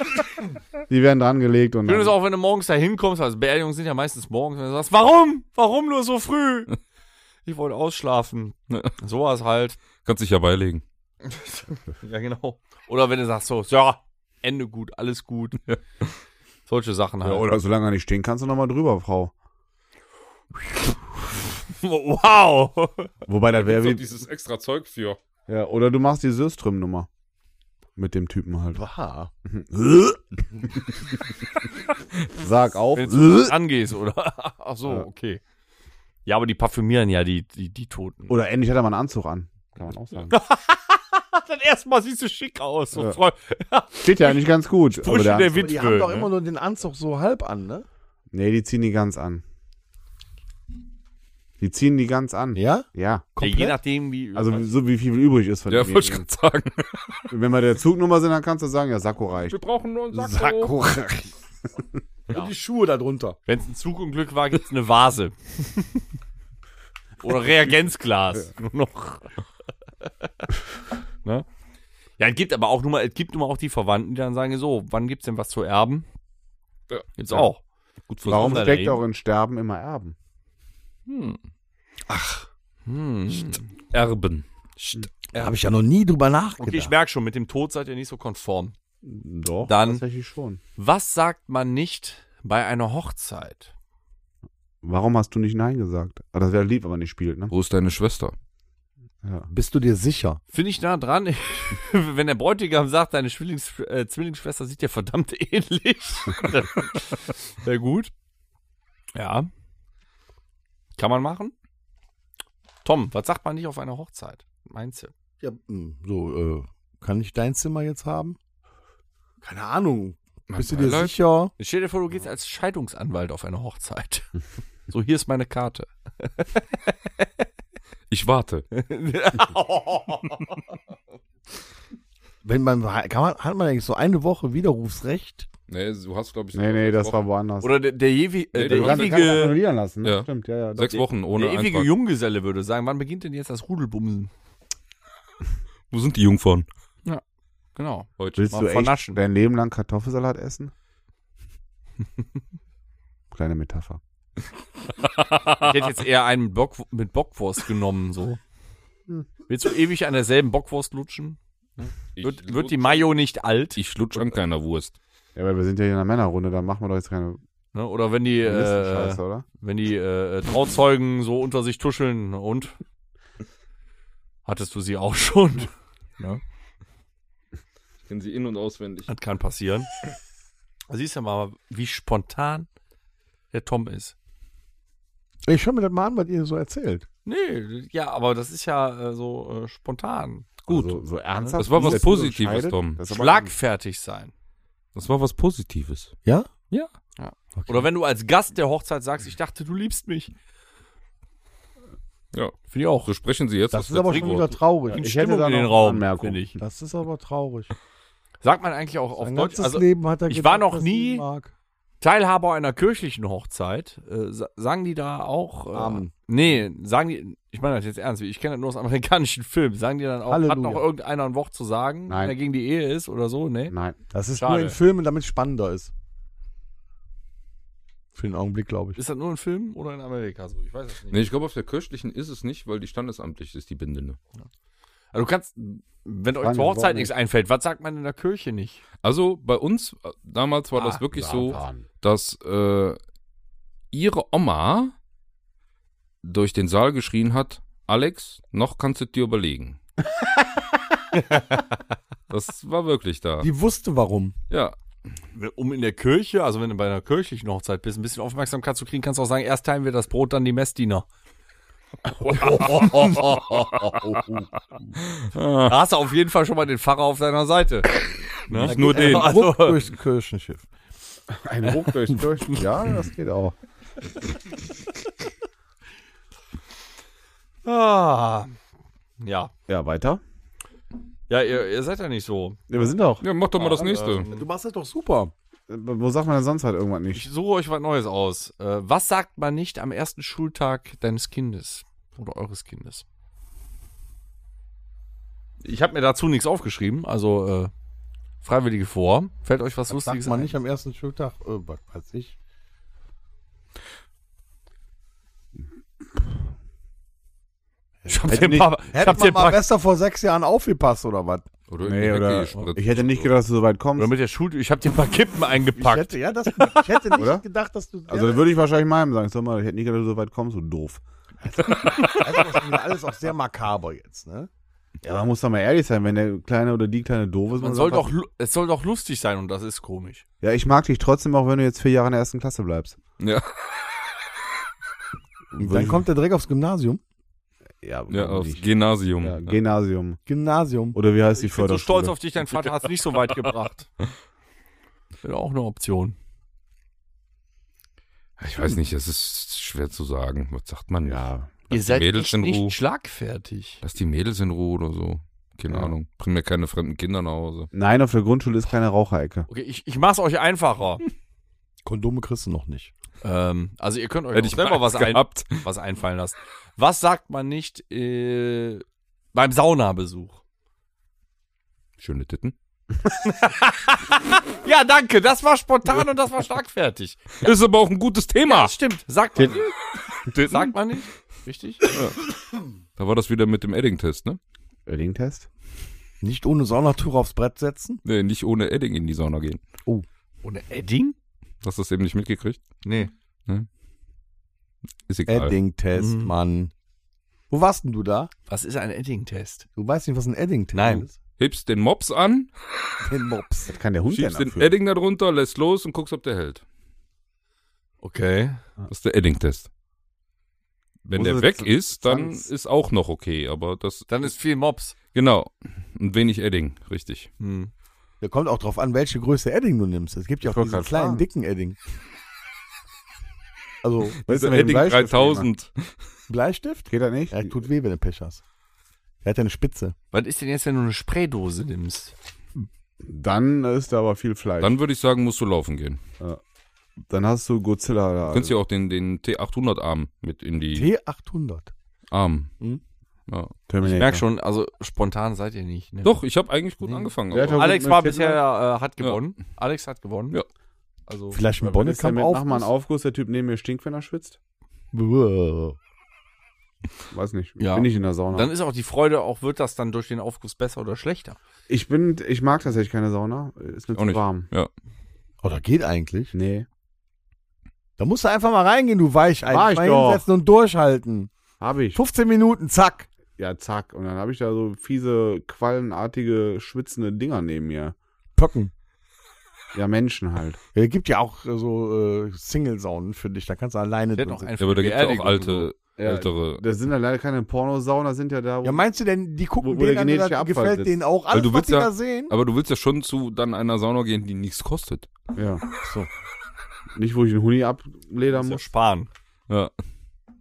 D: Die werden dran gelegt und.
E: Schön ist
D: dann-
E: auch, wenn du morgens da hinkommst, also Beerdigungen sind ja meistens morgens, wenn du sagst, warum? Warum nur so früh? Ich wollte ausschlafen. Sowas halt.
C: Kannst dich ja beilegen.
E: Ja, genau. Oder wenn du sagst so, ja, Ende gut, alles gut. Solche Sachen
D: ja,
E: halt.
D: oder solange er nicht stehen kannst du nochmal drüber, Frau.
E: wow.
D: Wobei, das wäre wie.
C: dieses extra Zeug für.
D: Ja, oder du machst die Söstrüm-Nummer. Mit dem Typen halt.
B: War.
D: Sag auf.
E: Wenn du angehst, oder? Ach so, okay. Ja, aber die parfümieren ja die, die, die Toten.
D: Oder endlich hat er mal einen Anzug an. Kann man auch sagen.
E: dann erstmal siehst du schick aus. So
D: Ja.
E: freu-
D: Steht ja eigentlich ganz gut.
E: Sprüche
D: der-
E: der
B: Die haben doch
E: Witwe.
B: immer
E: ne?
B: nur den Anzug so halb an, ne?
D: Nee, die ziehen die ganz an. Die ziehen die ganz an.
B: Ja?
D: Ja.
E: Ja, je nachdem, wie.
D: Also so wie viel übrig ist von
C: Ja,
D: dem.
C: wollte ich gerade sagen.
D: Wenn wir der Zugnummer sind, dann kannst du sagen, ja, Sakko reicht.
C: brauchen nur einen
B: Und die Schuhe darunter.
E: Wenn es ein Zugunglück war, gibt es eine Vase. Oder Reagenzglas. Nur noch. ne? Ja, es gibt aber auch nur mal, es gibt nur mal auch die Verwandten, die dann sagen: So, wann gibt es denn was zu erben?
C: Ja.
E: Jetzt auch.
C: Gut versucht.
D: Warum
E: da
D: steckt
E: dahin?
D: auch in Sterben immer Erben?
E: Hm.
C: Erben. St-
B: Habe ich ja noch nie drüber nachgedacht.
E: Okay, ich merke schon, mit dem Tod seid ihr nicht so konform.
D: Doch,
E: Dann-
D: tatsächlich schon.
E: Was sagt man nicht bei einer Hochzeit?
D: Warum hast du nicht Nein gesagt? Ah, das wäre lieb, wenn man nicht spielt, ne?
C: Wo ist deine Schwester?
D: Ja.
B: Bist du dir sicher?
E: Finde ich nah dran, wenn der Bräutigam sagt, deine Zwillings, äh, Zwillingsschwester sieht dir verdammt ähnlich. Sehr gut. Ja. Kann man machen. Tom, was sagt man nicht auf einer Hochzeit? Meinst du?
B: Ja, hm, so, äh, kann ich dein Zimmer jetzt haben? Keine Ahnung.
C: Mein
B: Bist du dir
C: Beileid?
B: sicher?
E: Jetzt Stell dir vor, du gehst als Scheidungsanwalt auf eine Hochzeit. So, hier ist meine Karte.
C: Ich warte.
B: Wenn man, kann man, hat man eigentlich so eine Woche Widerrufsrecht?
C: Nee, du hast, glaube ich,
D: Nee, nee, das war woanders.
E: Oder der, der, jewe-
C: Nee,
E: äh,
C: der
E: der,
D: du kannst, kannst das
E: ewige,
D: annullieren lassen, ne?
C: Ja.
D: Stimmt, ja, ja. doch.
C: sechs Wochen ohne
E: der ewige
C: Eintrag.
E: Junggeselle würde sagen, wann beginnt denn jetzt das Rudelbumsen?
C: Wo sind die Jungfrauen?
E: Genau.
C: Heute.
D: Willst
E: Mal
D: du echt
E: vernaschen.
D: dein Leben lang Kartoffelsalat essen? Kleine Metapher.
E: Ich hätte jetzt eher einen mit, Bock, mit Bockwurst genommen, so.
D: Hm.
E: Willst du ewig an derselben Bockwurst lutschen? Wird, wird die Mayo nicht alt?
C: Ich lutsch an keiner Wurst.
D: Ja, weil wir sind ja hier in einer Männerrunde, da machen wir doch jetzt keine
E: Ne? Oder wenn die,
D: Das ist eine
E: äh,
D: Scheiße, oder?
E: wenn die äh, Trauzeugen so unter sich tuscheln und hattest du sie auch schon.
C: Ich kenne sie in- und auswendig.
E: Das kann passieren. Siehst du mal, wie spontan der Tom ist.
B: Ich schau mir das mal an, was ihr so erzählt.
E: Nee, ja, aber das ist ja äh, so äh, spontan.
D: Gut. Also, so ernsthaft.
C: Das war
D: wie
C: was
D: jetzt
C: Positives,
D: unterscheidet,
C: Tom.
D: das ist aber-
E: Schlagfertig sein.
C: Das war was Positives.
B: Ja?
C: Ja.
E: Oder wenn du als Gast der Hochzeit sagst, ich dachte, du liebst mich.
C: Ja.
E: Finde ich auch.
C: So sprechen sie jetzt.
B: Das
C: das
B: ist aber schon
C: letzte
B: wieder
C: Wort.
B: traurig.
E: Bringt
D: ich hätte
E: Stimmung
D: da
E: in
D: noch
E: den
D: eine
E: Raum,
D: Anmerkung.
E: finde ich.
B: Das ist aber traurig.
E: Sagt man eigentlich auch auf
B: Sein
E: Deutsch.
B: ganzes
E: Also,
B: Leben hat er
E: ich
B: gedacht,
E: war noch
B: dass sie ihn
E: nie-
B: mag.
E: Teilhaber einer kirchlichen Hochzeit, äh, sa- sagen die da auch. Äh,
B: Amen.
E: Nee, sagen die, ich meine das jetzt ernst, ich kenne das nur aus amerikanischen Filmen, sagen die dann auch, hat
B: Halleluja.
E: noch irgendeiner ein Wort zu sagen,
D: Nein.
E: wenn er gegen die Ehe ist oder so, nee.
D: Nein.
B: Das ist nur
E: Schade.
B: in Filmen, damit es spannender ist. Für den Augenblick, glaube ich.
E: Ist das nur in Filmen oder in Amerika so? Ich weiß es nicht.
C: Nee, ich glaube, auf der kirchlichen ist es nicht, weil die standesamtlich ist, die Bindende.
E: Also du kannst, wenn
D: Fragen
E: euch zur
D: überhaupt
E: Hochzeit
D: nicht.
E: nichts einfällt, was sagt man in der Kirche nicht?
C: Also bei uns, äh, damals war das
E: Ah,
C: wirklich so,
D: Satan.
C: dass äh, ihre Oma durch den Saal geschrien hat, Alex, noch kannst du dir überlegen. das war wirklich da.
B: Die wusste warum.
C: Ja,
E: Um in der Kirche, also wenn du bei einer kirchlichen Hochzeit bist, ein bisschen Aufmerksamkeit zu kriegen, kannst du auch sagen, erst teilen wir das Brot, dann die Messdiener. da hast du auf jeden Fall schon mal den Pfarrer auf deiner Seite. Ne? Also,
C: nicht nur den.
B: Ruck durchs Kirchenschiff.
D: Ein Ruck durch, durch. Ja, das geht auch.
E: Ah, ja.
D: Ja, weiter.
E: Ja, ihr, ihr seid ja nicht so.
D: Ja, wir sind auch.
C: Ja, mach doch
E: Ah,
C: mal das nächste.
E: also,
B: Du machst das doch super.
D: Äh, Wo sagt man denn sonst halt irgendwas nicht?
E: Ich suche euch was Neues aus. Äh, was sagt man nicht am ersten Schultag deines Kindes oder eures Kindes? Ich habe mir dazu nichts aufgeschrieben, also äh, Freiwillige vor. Fällt euch was
B: Das sagt
E: Lustiges
B: man
E: ein?
B: nicht am ersten Schultag. Äh, was weiß ich.
E: Ich hab
D: Hätte
E: den
D: nicht-
E: Papa, ich
B: Hätte
E: hab
B: man
E: den
B: mal
E: Papa
B: besser vor sechs Jahren aufgepasst oder was?
C: Oder in die
D: Nee,
C: Hecke
D: oder?
C: gespritzt.
D: Ich hätte nicht gedacht, dass du so weit kommst.
E: oder mit der Schul ich hab den paar Kippen eingepackt.
B: hätte, ja, das, ich hätte nicht
D: Oder?
B: gedacht, dass du.
D: Also
B: ja,
D: dann würde ich wahrscheinlich meinem sagen, sag mal, ich hätte nicht gedacht, dass du so weit kommst, so doof.
B: das ist aber schon wieder alles auch sehr makaber jetzt, ne?
D: Ja, aber man muss doch mal ehrlich sein, wenn der Kleine oder die Kleine doof ist.
E: man
D: muss
E: soll
D: einfach-
E: doch lu- es soll doch lustig sein und das ist komisch.
D: Ja, ich mag dich trotzdem, auch wenn du jetzt vier Jahre in der ersten Klasse bleibst.
C: Ja,
B: Dann kommt er direkt aufs Gymnasium.
D: Ja,
C: ja aufs
D: nicht.
C: Gymnasium.
D: ja,
C: Ja,
D: Gymnasium.
B: Gymnasium.
D: Oder wie heißt die
E: um, Ich bin so
D: Förderschule?
E: stolz auf dich, dein Vater hat's nicht so weit gebracht. Wäre auch eine Option.
C: Ich weiß nicht, es ist schwer zu sagen. Was sagt man?
D: Ja,
E: Ihr seid
C: Mädels
E: echt
C: in
E: nicht
C: Ruhe.
E: schlagfertig.
C: Lass die Mädels in Ruhe oder so. Keine
D: Ja.
C: Ahnung. Bring mir keine fremden Kinder nach Hause.
D: Nein, auf der Grundschule ist keine Raucherecke.
E: Okay, ich, ich mach's euch einfacher.
B: Kondome kriegst du noch nicht.
E: ähm, also ihr könnt euch
C: Hätte
E: auch
C: ich
E: selber
C: mal
E: was, ein,
C: gehabt.
E: was einfallen lassen. Was sagt man nicht äh, beim Saunabesuch?
C: Schöne Titten.
E: Ja, danke, das war spontan und das war schlagfertig.
C: Ist aber auch ein gutes Thema.
E: Das stimmt, sagt man nicht. Sagt man nicht, richtig?
C: Da war das wieder mit dem Edding-Test, ne?
D: Öding-Test?
B: Nicht ohne Saunatuch aufs Brett setzen?
C: Nee, nicht ohne Edding in die Sauna gehen.
E: Ohne Edding?
C: Hast du das eben nicht mitgekriegt?
E: Nee.
C: Ist egal.
B: Edding-Test,
E: Mhm.
B: Mann. Wo warst denn du da?
E: Was ist ein Edding-Test?
B: Du weißt nicht, was ein Edding-Test
E: Nein.
B: ist?
C: Hebst den Mops an,
B: Den Mops.
D: Das kann der Hund denn
C: schiebst den
D: dafür.
C: Edding da drunter, lässt los und guckst, ob der hält.
E: Okay.
D: Ah.
C: Das ist der Edding-Test. Wenn
D: Muss
C: der
D: es
C: weg ist, dann
D: zwangs-
C: ist auch noch okay, aber das.
E: Dann ist viel Mops.
C: Genau. Und wenig Edding, richtig.
E: Hm.
B: Da kommt auch drauf an, welche Größe Edding du nimmst. Es gibt ja auch
D: Ich wollte
B: diese
D: gerade
B: kleinen,
D: fragen.
B: dicken Edding. Also,
D: Was ist denn
C: Dieser
D: mit dem
C: Edding
D: Bleistift?
C: 3000.
B: Bleistift?
D: Geht er nicht?
B: Er tut weh, wenn du Pech hast. Er hat ja eine Spitze.
E: Was ist denn jetzt, wenn du eine Spraydose nimmst?
D: Dann ist da aber viel Fleisch. Dann,
C: Dann würde ich sagen, musst du laufen gehen.
D: hast du Godzilla da.
C: Du kannst ja auch den, den T800-Arm mit in die
B: T800.
C: Arm.
D: Hm?
B: Mhm.
C: Ja.
D: Terminator.
E: Ich merk schon, also spontan seid ihr nicht. Ne?
C: Doch, ich habe eigentlich gut angefangen.
D: Der hat
C: aber-
D: Hm. ja-
E: Alex
D: mit
E: war
D: Tippmann?
E: bisher, äh, hat gewonnen. Alex hat gewonnen.
C: Ja.
D: Oh,
E: Also,
B: Vielleicht ein
D: Bonnet kam
B: Bonnekamp
D: auf.
B: auf.
D: Mach mal einen Aufguss, der Typ neben mir stinkt, wenn er schwitzt.
B: Buh.
D: Weiß nicht.
E: Ja.
D: Bin ich in der
C: Genau.
D: Sauna.
E: dann ist auch die Freude, auch wird das dann durch den Aufguss besser oder schlechter.
D: ich bin, ich mag tatsächlich keine Sauna. Ist mir
C: Auch
D: zu
C: nicht.
B: Oh,
D: warm.
C: Ja.
B: Oder geht eigentlich?
D: Nee.
B: Da musst du einfach mal reingehen, du Weichei.
D: War ich
B: mal
D: doch.
B: hinsetzen und durchhalten.
D: Habe ich.
B: 15 Minuten, zack.
D: Ja, zack. Und dann habe ich da so fiese, quallenartige, schwitzende Dinger neben mir.
B: Pöcken.
D: Ja, Menschen halt.
B: Ja, gibt ja auch äh, so äh, Single-Saunen für dich. Da kannst du alleine
E: Der hat
B: drin
E: auch
B: sitzen.
E: einfach
C: Ja, aber da
E: die
C: gibt es ja auch
E: Beerdigung
C: alte,
D: Ja,
C: ältere.
D: Das sind ja leider keine Pornosaunen, das sind Also, ja da, wo
B: Ja, meinst du denn, die gucken
D: Wo- wo der
B: denen an und
D: genetische
B: das
D: Abfall
B: gefällt
D: sitzt.
B: denen auch alles,
C: du
B: was
C: willst
B: die
C: ja-
B: da sehen?
C: Aber du willst ja schon zu dann einer Sauna gehen, die nichts kostet.
D: Ja.
B: So.
D: Nicht, wo ich einen Huni abledern
E: Muss ja
D: muss.
E: sparen.
C: Ja.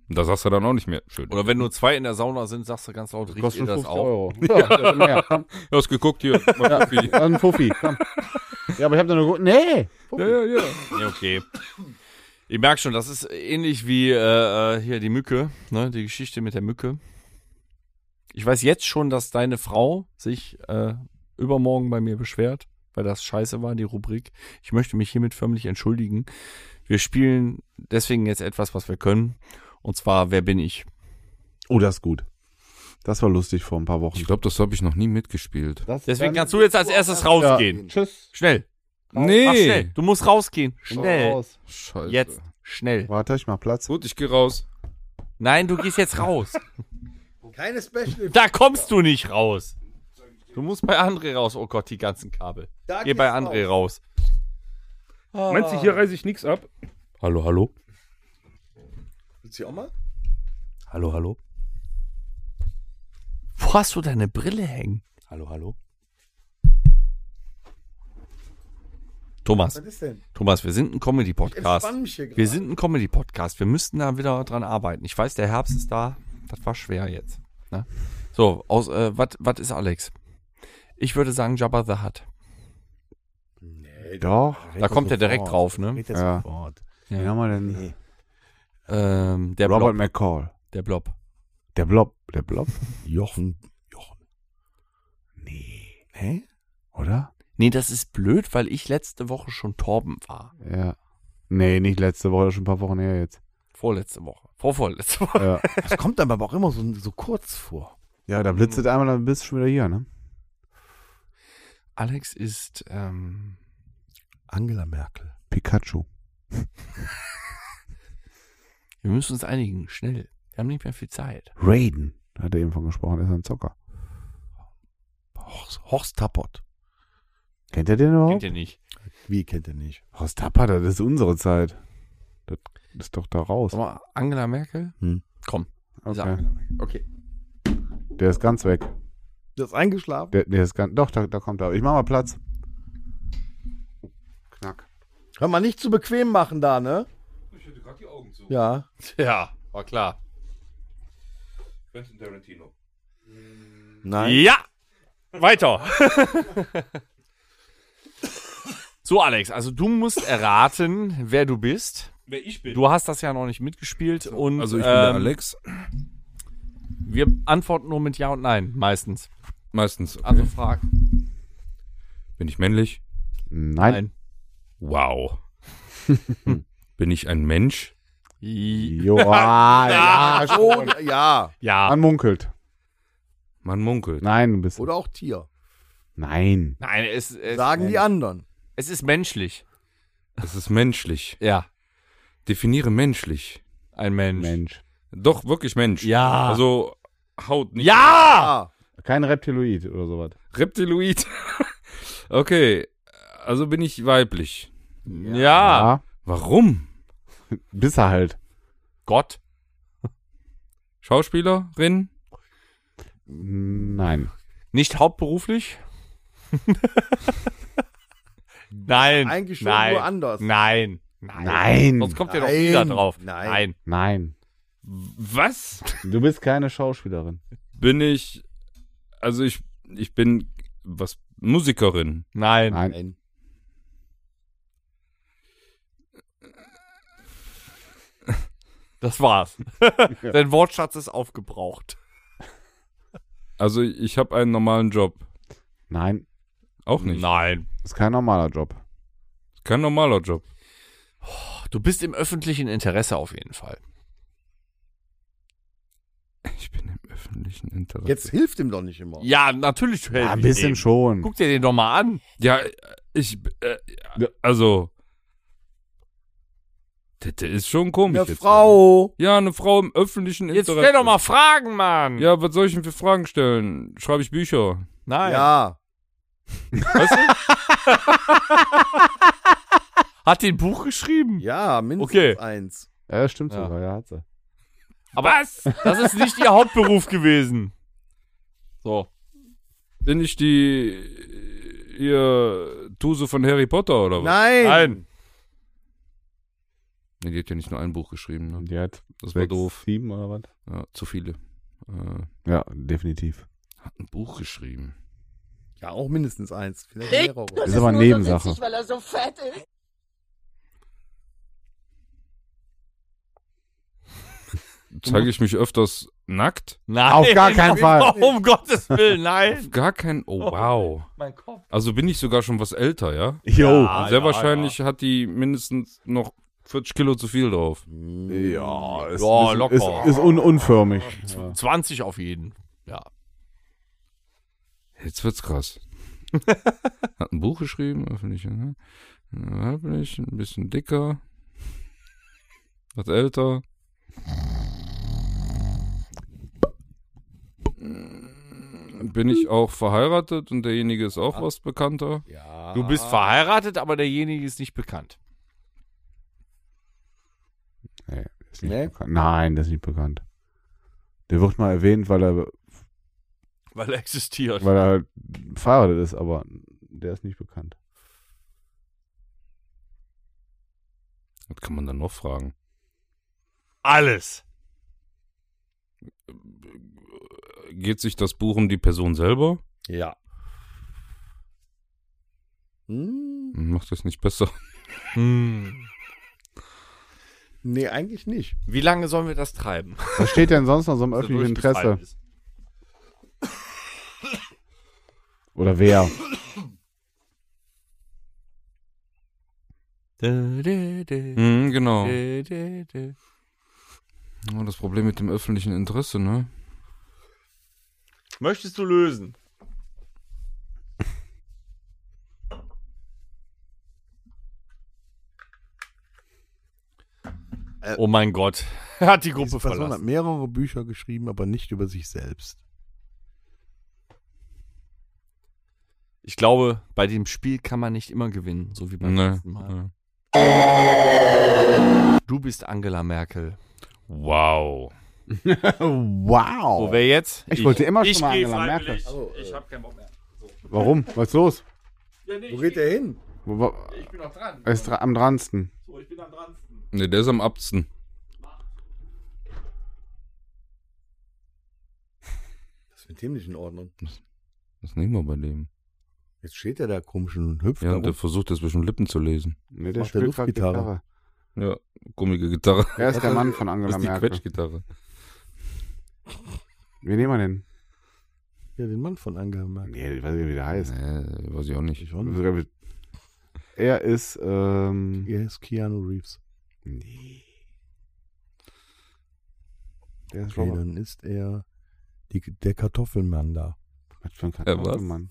C: Und Da sagst du dann auch nicht mehr. Schön.
E: Oder wenn nur zwei in der Sauna sind, sagst du ganz laut, riecht ihr
D: Kostet
E: das
D: 50
E: auch?
D: Euro. Ja, ja. mehr. Komm,
C: Du hast geguckt hier. Mal Profi.
D: dann ein Fuffi. Komm. Ja, aber ich habe da eine gute. Nee!
C: ja, ja, ja.
E: Ja, okay. Ich merke schon, das ist ähnlich wie äh, äh, hier die Mücke, ne? die Geschichte mit der Mücke. Ich weiß jetzt schon, dass deine Frau sich äh, übermorgen bei mir beschwert, weil das scheiße war, die Rubrik. Ich möchte mich hiermit förmlich entschuldigen. Wir spielen deswegen jetzt etwas, was wir können. Und zwar, wer bin ich?
D: Oh, das ist gut. Das war lustig vor ein paar Wochen.
C: Ich glaube, das habe ich noch nie mitgespielt.
E: Deswegen kannst du jetzt als erstes rausgehen.
D: Tschüss.
E: Schnell. Mach schnell.
C: Nee.
E: Du musst rausgehen. Schnell.
D: Raus.
C: Scheiße.
E: Jetzt. Schnell.
D: Warte, ich mach Platz.
C: Gut, ich gehe raus.
E: Nein, du gehst jetzt raus.
B: Keine Special.
E: Da kommst du nicht raus. Du musst bei André raus. Oh Gott, die ganzen Kabel.
B: Da
E: Geh bei André raus.
C: Meinst du, hier reiße ich nichts ab? Hallo, hallo.
B: Willst du auch mal?
E: Hallo, hallo. Wo hast du deine Brille hängen? Hallo, hallo. Thomas,
B: Was ist denn?
E: Thomas, wir sind ein Comedy-Podcast.
B: Entspann mich hier gerade.
E: Wir sind ein Comedy-Podcast. Wir müssten da wieder dran arbeiten. Ich weiß, der Herbst ist da. Das war schwer jetzt. Ne? So, aus, äh, was ist Alex? Ich würde sagen Jabba the Hutt.
D: Doch.
E: Da kommt er direkt drauf, ne?
B: Geht jetzt
D: Ja.
B: sofort.
D: Wen haben wir denn?
E: Ähm, der
D: Robert
E: Blob.
D: McCall.
E: Der Blob.
D: Der Blob. Der Blob?
B: Jochen. Jochen.
D: Nee.
B: Hä?
D: Oder?
E: Nee, das ist blöd, weil ich letzte Woche schon Torben war.
D: Ja. Nee, nicht letzte Woche, das ist schon ein paar Wochen her jetzt.
E: Vorletzte Woche. Vorvorletzte Woche.
D: Ja,
B: Das kommt aber auch immer so, so kurz vor.
D: ja da blitzt
E: Mhm.
D: es einmal, dann bist du schon wieder hier, ne?
E: Alex ist, ähm,
B: Angela Merkel.
D: Pikachu.
E: wir müssen uns einigen, schnell. Wir haben nicht mehr viel Zeit.
D: Raiden. Da hat er eben von gesprochen, ist ein Zocker.
B: Horst, Horst Tappert.
D: Kennt er den überhaupt?
E: Kennt ihr nicht.
B: Wie kennt er nicht?
D: Horst Tapper, das ist unsere Zeit. Das ist doch da raus.
E: Sag mal, Angela Merkel?
B: Hm.
E: Komm. ist
D: Okay.
E: Angela Merkel. Okay.
D: Der ist ganz weg.
B: Der ist eingeschlafen.
D: Der, der ist ganz, doch, da, da kommt er. Ich mach mal Platz. Knack.
B: Kann man nicht zu bequem machen da, ne?
C: Ich hätte gerade die Augen zu.
B: Ja.
E: Ja, war klar.
C: Quentin Tarantino.
B: Nein.
E: Ja! Weiter! so, Alex, also du musst erraten, wer du bist.
C: Wer ich bin?
E: Du hast das ja noch nicht mitgespielt und
C: also ich bin der
E: ähm,
C: Alex.
E: wir antworten nur mit Ja und Nein, meistens.
C: Meistens. Okay.
E: Also frag.
C: bin ich männlich?
D: Nein.
E: Nein.
C: Wow. Hm. bin ich ein Mensch?
D: Joa, Ah, ja, schon.
B: Oh, ja.
E: Ja.
D: Man munkelt.
C: Man munkelt.
D: Nein,
E: Oh,
D: du bist.
B: Oder auch Tier.
D: Nein.
E: Nein, es, es,
B: Sagen die anderen.
E: es ist menschlich.
C: Es ist menschlich.
E: Ja,
C: Definiere menschlich.
E: ein Mensch.
D: Mensch.
C: Doch, wirklich Mensch.
E: Ja.
C: Also Haut nicht.
E: Ja!
B: Ah.
D: Kein Reptiloid oder sowas.
C: Reptiloid. okay. Also bin ich weiblich.
E: ja!
D: Ah.
C: Warum?
D: Bist er halt.
E: Gott.
C: Schauspielerin?
D: Nein.
E: Nicht hauptberuflich? Nein.
B: Ah, Eigentlich schon
E: Nein.
B: nur anders.
E: Nein. Nein.
D: Nein.
E: Sonst kommt ihr doch
B: Nein.
E: wieder drauf.
B: Nein.
D: Nein.
C: Was?
D: Du bist keine Schauspielerin.
C: Bin ich. Also ich, ich bin was Musikerin.
E: Nein. Nein.
D: Nein.
B: Nein.
E: Das war's. Dein Wortschatz ist aufgebraucht.
C: Also ich habe einen normalen Job.
D: Nein.
C: Auch nicht.
E: Nein.
D: Ist kein normaler Job.
C: Kein normaler Job.
E: Du bist im öffentlichen Interesse auf jeden Fall.
C: Ich bin im öffentlichen Interesse.
B: Jetzt hilft ihm doch nicht immer.
E: Ja, natürlich.
D: Ja, ein bisschen schon.
E: Guck dir den doch mal an.
C: Ja, ich. Äh, also. Das ist schon komisch.
B: Eine
C: jetzt.
B: Frau.
C: Ja, eine Frau im öffentlichen
E: Jetzt
C: Interesse.
E: stell doch mal Fragen, Mann.
C: Ja, was soll ich denn für Fragen stellen? Schreibe ich Bücher?
E: Nein.
B: Ja.
E: Hat die ein Buch geschrieben?
B: Ja, mindestens
E: Okay.
B: eins.
D: Ja, stimmt
E: Ja.
D: sogar, ja, hat sie.
E: Aber Was? das ist nicht ihr Hauptberuf gewesen. So.
C: Bin ich die ihr Tuse von Harry Potter oder was?
B: Nein.
E: Nein.
C: Nee, Die hat ja nicht nur ein Buch geschrieben. Ne?
D: Die hat
C: Das war
D: sechs,
C: doof.
D: sieben oder was?
C: Ja, zu viele. Äh,
D: Ja, definitiv.
C: hat ein Buch geschrieben.
B: Ja, auch mindestens eins. Vielleicht mehrere.
D: Ist aber eine Nebensache.
C: Zeige ich mich öfters nackt?
E: Nein.
D: Auf gar keinen Fall.
E: Um Gottes Willen, nein.
C: Gar kein. Oh, wow.
E: Mein Kopf.
C: Also bin ich sogar schon was älter, ja?
D: Jo.
E: Ah,
C: Sehr
E: ja,
C: wahrscheinlich hat die mindestens noch 40 Kilo zu viel drauf.
D: Ja, ist,
E: Ja,
D: ist,
E: locker.
D: ist, ist un unförmig. Ja.
E: 20 auf jeden. Ja.
C: Jetzt wird's krass. Hat ein Buch geschrieben, öffentlich. Ne? Weiblich, ein bisschen dicker. Was älter. Bin ich auch verheiratet und derjenige ist auch was bekannter.
B: Ja.
E: Du bist verheiratet, aber derjenige ist nicht bekannt.
D: Nee, ist nicht
B: Nee?
D: bekannt. Nein, das ist nicht bekannt. Der wird mal erwähnt, weil er,
E: Weil er existiert.
D: weil er halt verheiratet ist, aber der ist nicht bekannt.
C: Was kann man dann noch fragen?
E: Alles.
C: Geht sich das Buch um die Person selber?
B: Ja. Hm,
C: Macht das nicht besser.
E: Hm.
B: nee, eigentlich nicht.
E: Wie lange sollen wir das treiben?
D: Was steht denn sonst noch so im öffentlichen
E: Dass er durchgefallen
D: Interesse?
E: ist.
D: Oder wer?
E: Dä, dä, dä,
C: Mhm, genau.
E: dä, dä, dä.
C: Ja, Das Problem mit dem öffentlichen Interesse, ne?
E: Möchtest du lösen? Oh mein Gott. Er hat die
B: Diese
E: Gruppe
B: Person hat
E: verlassen.
B: mehrere Bücher geschrieben, aber nicht über sich selbst.
E: Ich glaube, bei dem Spiel kann man nicht immer gewinnen, so wie beim
C: Ne.
E: letzten Mal. Du bist Angela Merkel.
C: Wow.
E: Oh,
D: wow.
E: wer jetzt?
D: Ich wollte immer schon mal
E: geh
D: Angela
E: freiwillig.
D: Merkel.
B: Also,
E: Ich hab keinen Bock mehr.
D: Warum? Was ist los?
B: Wo geht der hin?
D: Wo, wo,
E: Ich bin noch dran.
D: er ist dra- am dransten.
E: So, ich bin am dran.
C: Ne, der ist am Absten.
B: Das ist mit dem nicht in Ordnung.
C: Was nehmen wir bei dem?
B: Jetzt steht er da komisch und hüpft.
C: Ja,
B: da
C: und der
B: rum.
C: versucht das zwischen Lippen zu lesen.
D: Nee, der
B: Macht der
D: spielt gerade
B: Luftgitarre.
D: Gitarre.
C: Ja, gummige Gitarre.
D: Er ist der Mann von Angela
C: Das ist die
D: Merkel.
C: Quetschgitarre.
D: Wie nehmen wir denn?
B: ja den Mann von Angela Merkel.
D: Ah, Nee, ich weiß nicht, wie der heißt.
C: Nee, weiß ich auch nicht.
B: Schon?
D: Sogar mit- Also, Er ist, ähm,
B: Er ist Keanu Reeves.
D: nee. Der ist
B: Okay,
D: Robert.
B: dann ist er die, der Kartoffelmann da.
D: Was für ein
C: Äh, was?
D: Mann.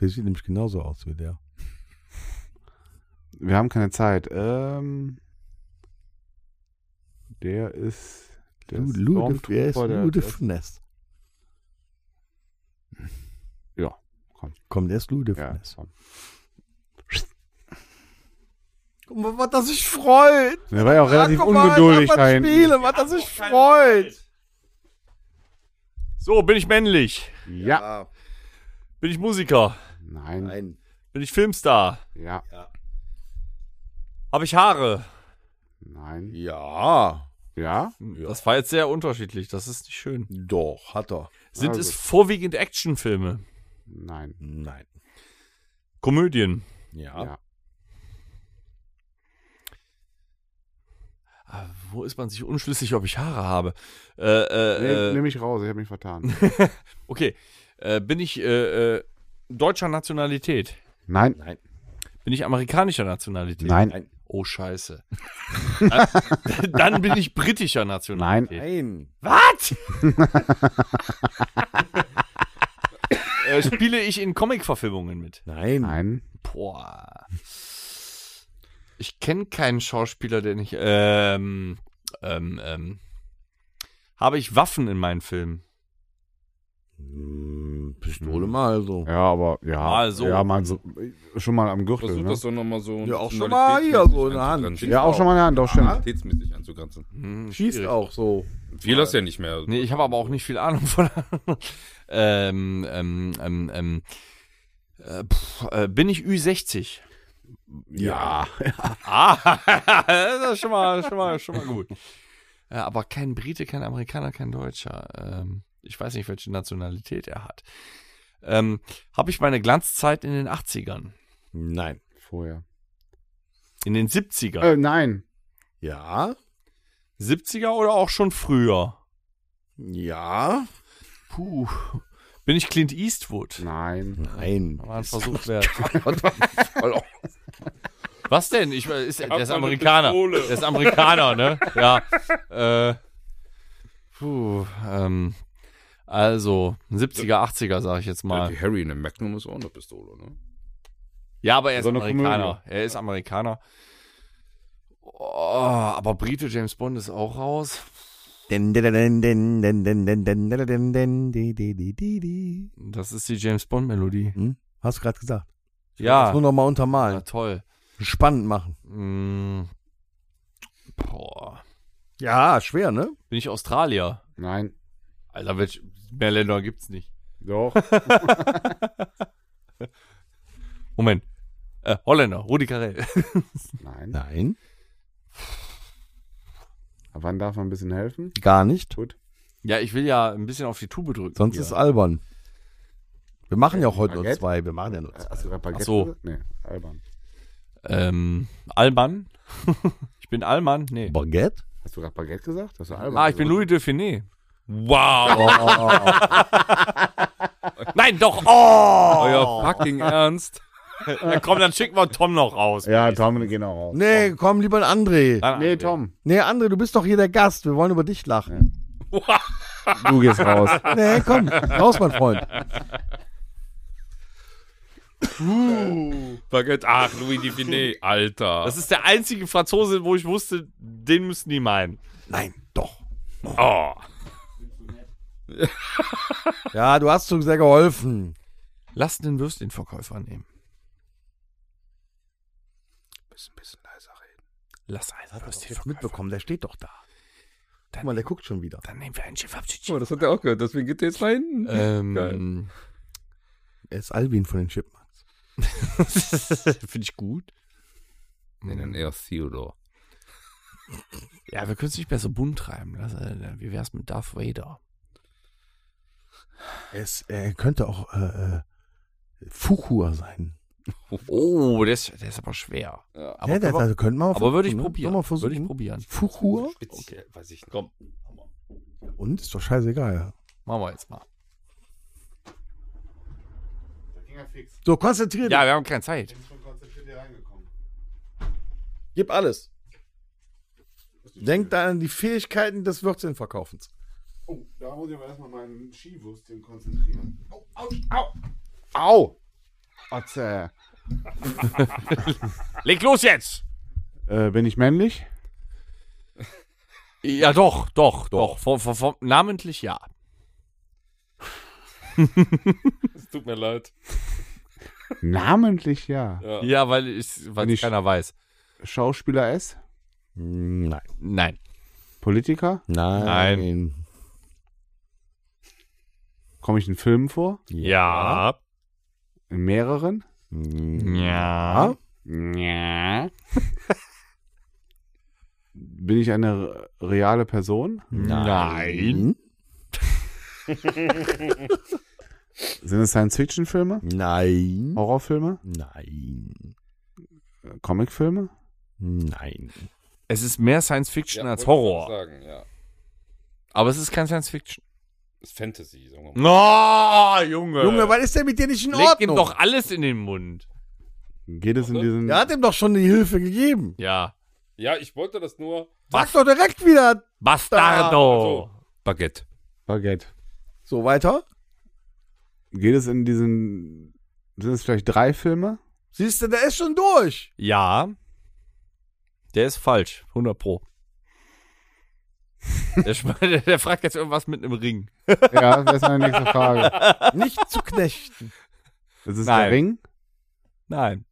B: Der sieht nämlich genauso aus wie der.
D: Wir haben keine Zeit. Ähm, der ist. Der
B: Lu-
D: ist
B: Ludwig, er ist
D: Stormtrooper, der-
B: Ludwig Ness.
D: Ja, komm.
B: Komm, der ist Ludwig
D: der
B: Ness.
D: ist- Ja,
B: Guck mal, was das sich freut.
D: komm. Der war ja auch relativ ungeduldig dahin.
B: was das sich freut.
E: So, bin ich männlich?
D: Ja.
E: Bin ich Musiker?
D: Nein.
B: Nein.
E: Bin ich Filmstar?
D: Ja.
E: Habe ich Haare?
D: Nein.
B: Ja,
D: Ja.
E: Das war jetzt sehr unterschiedlich, das ist nicht schön.
B: doch, hat er.
E: Sind
D: Also.
E: es vorwiegend Actionfilme?
D: Nein.
B: Nein.
E: Komödien?
B: Ja.
D: Ja.
E: Ah, Wo ist man sich unschlüssig, ob ich Haare habe? Äh, äh,
D: Nee,
E: äh,
D: Nimm mich raus, ich habe mich vertan.
E: okay, äh, bin ich äh, äh, deutscher Nationalität?
D: Nein.
B: Nein.
E: Bin ich amerikanischer Nationalität?
D: Nein.
E: Oh, scheiße. Äh, Dann bin ich britischer Nationalität.
B: Nein.
E: Was? äh, spiele ich in Comic-Verfilmungen mit?
B: Nein.
D: Nein.
E: Boah. Ich kenne keinen Schauspieler, der nicht. Ähm, ähm, ähm. Habe ich Waffen in meinen Filmen?
B: Hm, Pistole mal so.
D: Ja, aber ja.
E: Mal so.
D: Ja, mal so. Schon mal am Gürtel.
C: Versuch
D: Ne?
C: das doch nochmal so.
B: Ja, auch schon mal hier so in der Hand.
D: Ja, auch schon mal in der Hand, doch stimmt.
C: Qualitätsmäßig anzugrenzen.
E: Hm,
B: Schießt
E: schwierig.
B: auch so.
C: Viel hast du ja nicht mehr.
E: Nee, ich habe aber auch nicht viel Ahnung von. ähm, ähm, ähm, ähm. Äh, pff, äh, bin ich Ü60?
D: Ja.
E: Ah, das ist schon mal, schon mal, schon mal gut. Äh, aber kein Brite, kein Amerikaner, kein Deutscher. Ähm, ich weiß nicht, welche Nationalität er hat. Ähm, habe ich meine Glanzzeit in den 80ern?
B: Nein.
D: Vorher.
E: In den 70ern?
D: Äh, nein.
B: Ja.
E: 70er oder auch schon früher?
B: Ja.
E: Puh. Bin ich Clint Eastwood?
D: Nein.
B: Nein.
E: War ein Versuch wert.
B: Voll auf-
E: Was denn? Ich, weiß, ist, der ist
C: mal eine
E: Amerikaner.
C: Pistole.
E: Der ist Amerikaner, ne? Ja. Äh, puh. Ähm, also, 70er, 80er, sage ich jetzt mal.
C: Die Harry in der Magnum ist auch eine Pistole, ne?
E: Ja, aber er ist
D: So eine
E: Amerikaner. Er ist Amerikaner. Oh, aber Brite James Bond ist auch raus.
B: Den, den, den, den, den, den, den, den, den, den, den, di, di, di, di, di.
E: Das ist die James Bond Melodie.
B: Hm? Hast du gerade gesagt. Das
E: Ja.
B: nur nochmal
E: ja,
B: untermalen.
E: toll.
B: Spannend machen.
E: Mm. Boah.
B: Ja, schwer, ne?
E: Bin ich Australier?
D: Nein.
E: Alter, welch, mehr Länder gibt's nicht.
D: Doch.
E: Moment. Äh, Holländer, Rudi Carell.
D: Nein.
B: Nein.
D: Wann darf man ein bisschen helfen?
B: Gar nicht.
D: Gut.
E: ja, ich will ja ein bisschen auf die Tube drücken.
B: Sonst
E: hier.
B: ist albern. Wir machen ja auch heute nur
D: Baguette?
B: zwei. Wir machen ja nur zwei.
D: Hast du gerade Baguette?
E: Ach so.
D: gesagt? Nee, albern.
E: Ähm, Alman. ich bin Alman? Nee.
B: Baguette?
D: Hast du gerade Baguette gesagt? Hast du albern?
E: Ah, ich bin Louis Dauphiné.
B: Oh,
E: Wow. Nein, doch. Oh.
C: Euer fucking Ernst.
E: Ja, komm, dann schicken wir Tom noch raus.
D: Ja, Tom, geh noch raus.
B: Nee, komm, lieber ein André.
E: Dann-
D: Nee, Tom.
B: Nee, André, du bist doch hier der Gast. Wir wollen über dich lachen.
D: Du gehst raus.
B: Nee, komm, raus, mein Freund.
C: Baguette, ach, Louis Divinet, Alter.
E: Das ist der einzige Franzose, wo ich wusste, den müssen die meinen.
B: Nein, doch.
C: oh.
B: Ja, du hast uns sehr geholfen.
E: Lass den Würstchenverkäufer nehmen.
C: Müssen ein bisschen leiser reden.
E: Lass einen Würstchenverkäufer.
B: Mitbekommen, der steht doch da. Guck mal, der guckt schon wieder.
E: Dann nehmen wir einen Chef
C: Oh, das hat er auch gehört, deswegen geht er jetzt mal hinten.
E: Ähm,
B: Er ist Alvin von den Chipmunks.
E: Finde ich gut.
C: Nee, dann eher Theodor.
E: Ja, wir können es nicht besser bunt treiben. Lass, äh, wie wär's mit Darth Vader?
B: Er, ist, er könnte auch äh, äh, Fuchua sein.
E: Oh, der ist, der ist aber schwer. Aber,
B: ja, das,
E: aber,
B: also könnten wir mal
E: aber würde ich
B: versuchen, ne?
E: probieren.
B: Sollen wir versuchen?
E: Würde ich probieren.
B: Fuchua?
C: Okay, weiß ich nicht. Komm.
B: Und? Ist doch scheißegal.
E: Machen wir jetzt mal.
B: So, konzentrier dich.
E: Ja, wir haben keine Zeit.
B: Gib alles. Denk da an die Fähigkeiten des Würzchenverkaufens.
D: Oh, da muss ich aber erstmal meinen Skiwürstchen konzentrieren. Au, au, au. Au. Otze.
E: Leg los jetzt!
D: Äh, bin ich männlich?
E: Ja, doch, doch, doch. Vor, vor, vor, namentlich ja.
C: Es tut mir leid.
D: Namentlich ja.
C: Ja.
E: Ja, weil ich, weil
D: Nicht.
E: keiner weiß.
D: Schauspieler S?
B: Nein.
E: Nein.
D: Politiker?
B: Nein.
D: Komme ich in Filmen vor?
E: Ja.
D: In mehreren?
E: Ja.
D: Ja. Bin ich eine re- reale Person?
E: Nein.
D: Sind es Science-Fiction-Filme?
E: Hm?
B: Nein.
D: Horrorfilme?
B: Nein.
D: Äh, Comicfilme?
B: Nein.
E: Es ist mehr Science Fiction als Horror.
C: Sagen, ja.
E: Aber es ist kein Science Fiction.
C: Ist Fantasy, sagen wir
E: Hm.
C: mal.
E: Na, Junge.
B: Junge, was ist denn mit dir nicht in
E: Leg ihm
B: Ordnung?
E: doch alles in den Mund.
D: Geht es in diesen.
B: Der hat ihm doch schon die Hilfe gegeben.
E: Ja.
C: Ja, ich wollte das nur.
B: Sag doch direkt wieder.
E: Bastardo.
C: Baguette.
D: Baguette.
B: So, weiter.
D: Geht es in diesen. Sind es vielleicht drei Filme?
B: Siehst du, der ist schon durch.
E: Ja. Der ist falsch, 100 pro. Der, schme- der, der fragt jetzt irgendwas mit einem Ring.
D: Ja, das ist meine nächste Frage.
B: Nicht zu knechten.
D: Das ist
E: Nein.
D: der Ring.
E: Nein.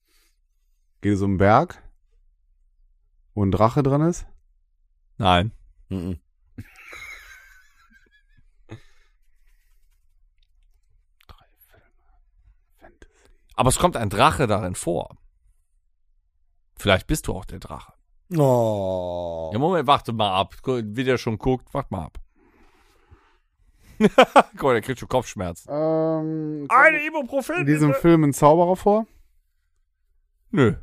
D: Geht es um einen Berg, wo ein Drache dran ist?
E: Nein. Aber es kommt ein Drache darin vor. Vielleicht bist du auch der Drache.
B: Oh.
E: Ja, Moment, warte mal ab. Gu- Wie der schon guckt, warte mal ab. Guck mal, der kriegt schon Kopfschmerzen.
D: Ähm,
E: Eine
D: in
E: Ibuprofen,
D: diesem Film ein Zauberer vor?
E: Nö.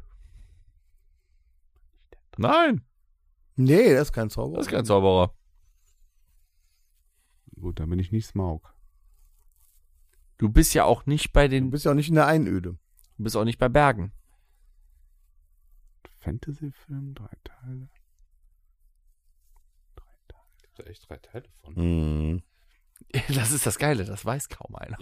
E: Nein,
B: Nee, das ist kein Zauber.
E: das ist kein Zauberer.
D: Gut, dann bin ich nicht Smaug.
E: Du bist ja auch nicht bei
B: Du
E: den,
B: bist ja auch nicht in der Einöde.
E: du bist auch nicht bei Bergen.
D: Fantasy-Film, drei Teile.
C: Da echt drei Teile von.
B: Hm. Mhm.
E: Das ist das Geile, das weiß kaum einer.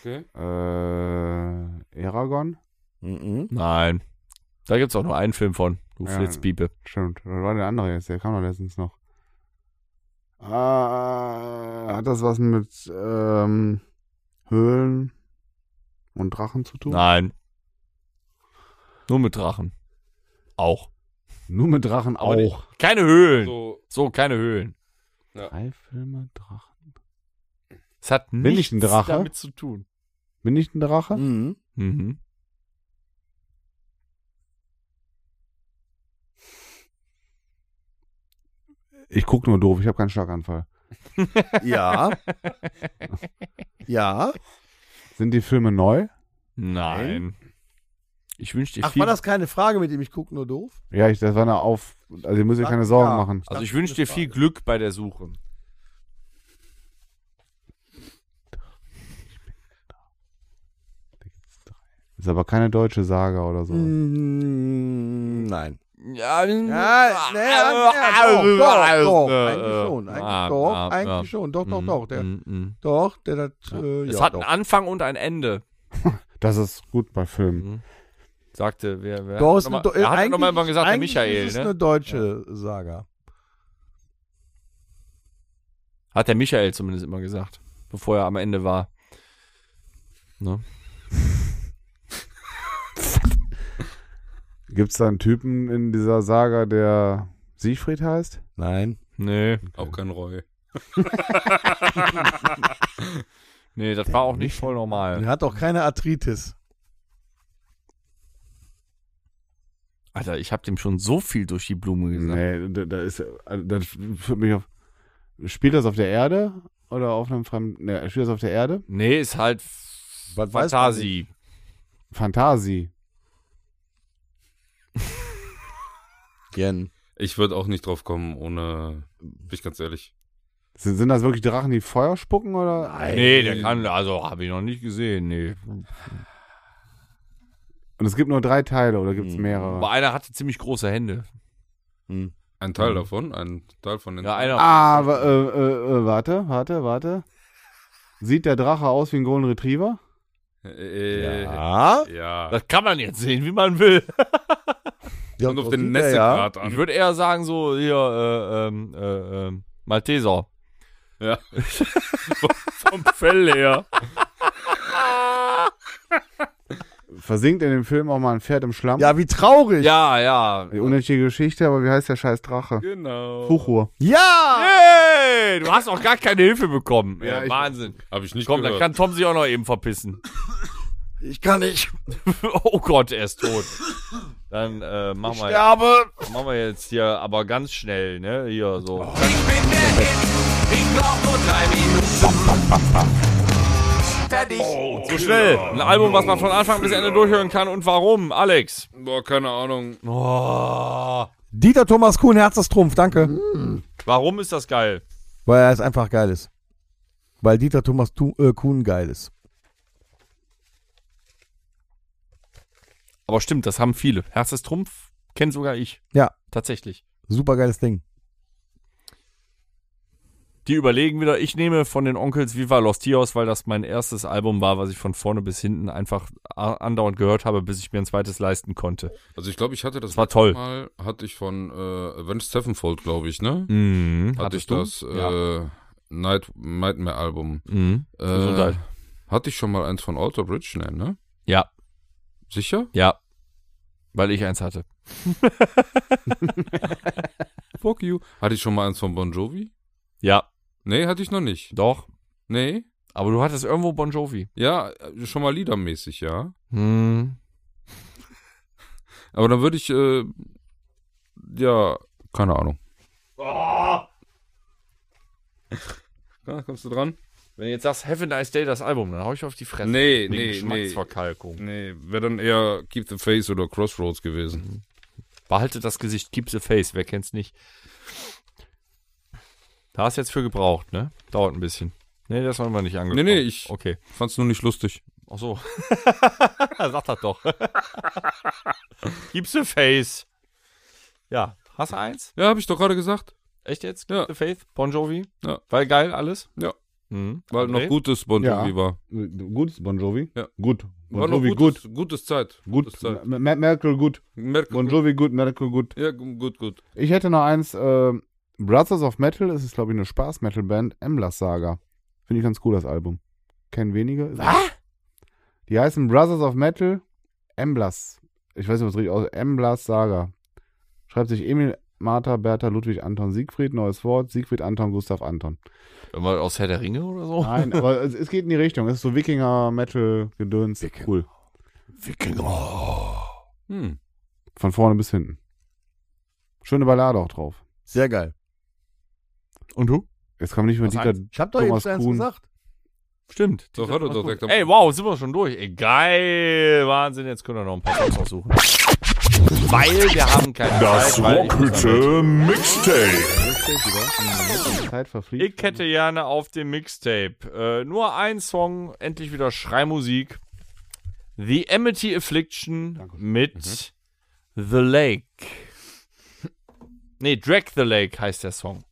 C: Okay.
D: Äh, Eragon?
B: Mhm.
E: Nein. Da gibt's auch nur einen Film von, du
D: Ja.
E: Flitzpiepe.
D: Stimmt, das war der andere jetzt, der kam doch letztens noch. Äh, hat das was mit ähm, Höhlen und Drachen zu tun?
E: Nein. Nur mit Drachen. Auch.
D: Nur mit Drachen
C: Aber die-
D: auch.
E: Keine Höhlen. So,
C: So,
E: keine Höhlen.
D: Drei Filme, Drachen.
E: Es hat
D: Bin ich
E: nichts
D: ein Drache?
E: damit zu tun.
D: Bin ich ein Drache?
B: Mhm.
E: Mhm.
D: Ich guck nur doof, ich habe keinen Schlaganfall.
B: Ja. ja.
D: Sind die Filme neu?
E: Nein. Ich wünschte dir
B: Ach,
E: viel.
B: war das keine Frage mit dem ich guck nur doof?
D: Ja, ich, das war eine Auf. Also, ihr müsst euch keine Sorgen
B: Ja.
D: machen.
E: also ich wünsche dir viel Glück bei der Suche.
D: Ist aber keine deutsche Sage oder so.
B: Mm, nein.
E: Ja,
B: Ja, ne, ja, doch, doch, doch, eigentlich schon,
E: Ah,
B: eigentlich doch, eigentlich schon, doch, doch, doch, der-
E: Mm,
B: Doch, der hat, äh,
E: Mhm, es
B: ja,
E: hat
B: doch.
E: einen Anfang und ein Ende, Mhm.
D: Das ist gut bei Filmen.
E: sagte wer. wer
B: Mhm. Doch,
E: hat
B: ist eine,
E: nochmal-
B: Deu-
E: er hat
B: eigentlich-
E: nochmal mal gesagt, der
B: eigentlich
E: Michael.
B: Ist es
E: Ne?
B: eine deutsche Saga.
E: Hat der Michael zumindest immer gesagt, bevor er am Ende war. Ne?
D: Gibt es da einen Typen in dieser Saga, der Siegfried heißt?
B: Nein.
E: Nee,
C: auch kein Roy.
E: nee, das war auch nicht voll normal.
B: Er hat auch keine Arthritis.
E: Alter, ich hab dem schon so viel durch die Blume gesagt.
D: Nee, da, da ist. also Das führt mich auf. Spielt das auf der Erde? Oder auf einem fremden. Ne, spielt das auf der Erde?
E: Nee, ist halt
B: Was weiß man
E: Fantasie.
D: Fantasie.
B: Gen.
C: Ich würde auch nicht drauf kommen, ohne. Bin ich ganz ehrlich.
D: Sind, sind das wirklich Drachen, die Feuer spucken? Oder?
E: Nee, der kann, also habe ich noch nicht gesehen, nee.
D: Und es gibt nur drei Teile oder gibt es
B: Mhm.
E: Aber
D: mehrere?
E: einer hatte ziemlich große Hände.
C: Ein Teil davon, ein Teil von den.
E: Mhm. Ja, einer.
D: Ah, wa- äh, äh, äh, warte, warte, warte. Sieht der Drache aus wie ein Golden Retriever?
C: Äh, ja.
B: Ja.
C: ja.
E: Das kann man jetzt sehen, wie man will.
B: Ja,
C: Und auf
B: so
C: den
B: sieht er ja.
C: Nesselgrad
E: Ich
C: an.
E: würde eher sagen, so hier, äh, ähm, äh, ähm, Malteser.
C: Ja.
E: Vom Fell her.
D: Versinkt in dem Film auch mal ein Pferd im Schlamm?
B: ja, wie traurig.
E: Ja, ja.
D: Die unnötige Geschichte, aber wie heißt der scheiß Drache?
C: Genau.
D: Fuchur.
B: Ja!
E: Hey, du hast auch gar keine Hilfe bekommen.
D: Ja,
E: Äh,
D: ich-
E: Wahnsinn.
C: Habe ich nicht
E: Komm, dann
C: gehört.
E: kann Tom sich auch noch eben verpissen.
B: Ich kann nicht.
E: oh Gott, er ist tot. Dann äh, machen, wir,
B: Sterbe.
E: machen wir jetzt hier aber ganz schnell, ne? Hier so. Oh, So schnell. Ein Album, was man von Anfang bis Ende durchhören kann und warum, Alex.
C: Boah, keine Ahnung.
B: Dieter Thomas Kuhn, Herz ist Trumpf, danke.
E: Warum ist das geil?
B: Weil er ist einfach geil ist. Weil Dieter Thomas tu, äh, Kuhn geil ist.
E: Aber stimmt, das haben viele. Herz ist Trumpf, kennt sogar ich.
B: Ja.
E: Tatsächlich.
B: Super geiles Ding.
E: Die überlegen wieder, ich nehme von den Onkels Viva Los Tios, weil das mein erstes Album war, was ich von vorne bis hinten einfach a- andauernd gehört habe, bis ich mir ein zweites leisten konnte.
C: Also ich glaube, ich hatte das,
E: Das war toll.
C: Mal hatte ich von äh, Avenged Sevenfold, glaube ich, ne?
E: Mhm.
C: Hatte ich
E: du?
C: das
E: Ja.
C: äh, Night, Nightmare Album.
E: Mhm.
C: Äh,
E: Gesundheit.
C: hatte ich schon mal eins von Alter Bridge, ne, ne?
E: Ja,
C: Sicher?
E: ja. Weil ich eins hatte.
C: Fuck you. Hatte ich schon mal eins von Bon Jovi?
E: Ja,
C: Nee, hatte ich noch nicht.
E: doch.
C: Nee?
E: Aber du hattest irgendwo Bon Jovi.
C: Ja, äh, schon mal liedermäßig, ja.
E: Mhm.
C: Aber dann würde ich, äh, ja, keine Ahnung. Ja, Ah. kommst du dran?
E: Wenn du jetzt sagst, Have a Nice Day, das Album, dann hau ich auf die Fresse.
C: Nee,
E: Wegen
C: nee,
E: Geschmacksverkalkung.
C: Nee, wäre dann eher Keep the Face oder Crossroads gewesen.
E: Behalte das Gesicht, keep the face, wer kennt's nicht. Da hast du jetzt für gebraucht, ne? Dauert ein bisschen. Nee, das haben wir nicht angekommen.
C: Nee, nee, ich-
E: Okay.
C: Fand's nur nicht lustig.
E: Ach so. Sag das doch. keep the face. Ja. Hast du eins?
C: Ja, habe ich doch gerade gesagt.
E: Echt jetzt?
C: Ja.
E: Keep the faith? Bon Jovi?
C: Ja.
E: Weil geil alles?
C: Ja.
E: Mhm.
C: Weil
E: André?
C: noch gutes Bon
D: Ja.
C: Jovi war.
D: Gutes Bon Jovi.
C: Ja.
D: Gut.
C: war
D: Bon
C: noch
D: Jovi
C: gutes,
D: gut.
C: Gutes Zeit.
D: Gut.
C: Gutes Zeit.
D: M- M- Merkel gut.
C: Merkel.
D: Bon Jovi gut. Merkel gut.
C: Ja, gu- gut, gut.
D: Ich hätte noch eins. Äh, Brothers of Metal. Es ist, glaube ich, eine Spaß-Metal-Band. Emlas Saga. Finde ich ganz cool, das Album. Kennen wenige. Was? Die heißen Brothers of Metal. Emblas. Ich weiß nicht, was richtig aus. Emblas Saga. Schreibt sich Emil, Martha, Bertha, Ludwig, Anton, Siegfried. Neues Wort. Siegfried, Anton, Gustav, Anton.
E: Irgendwann aus Herr der Ringe oder
C: Oh.
E: so?
D: Nein, aber es, es geht in die Richtung. Es ist so Wikinger-Metal-Gedöns. Cool.
C: Hm.
D: Von vorne bis hinten. Schöne Ballade auch drauf.
B: Sehr geil.
E: Und du?
D: Jetzt kann man nicht mehr
E: Was
D: Dieter.
B: Ich hab doch
D: Thomas
B: jetzt eins
D: Kuhn.
B: gesagt.
E: Stimmt.
C: So, hör doch doch direkt am-
E: Ey, wow, sind wir schon durch. Ey, geil. Wahnsinn, jetzt können wir noch ein paar Songs aussuchen. Weil wir haben keine
A: Das
E: Zeit. weil ich muss noch-
A: Rockhütte Mixtape.
D: Die Zeit verfliegt.
E: Ich hätte gerne auf dem Mixtape äh, nur ein Song, endlich wieder Schreimusik. The Amity Affliction mit The Lake. Nee, Drag the Lake heißt der Song.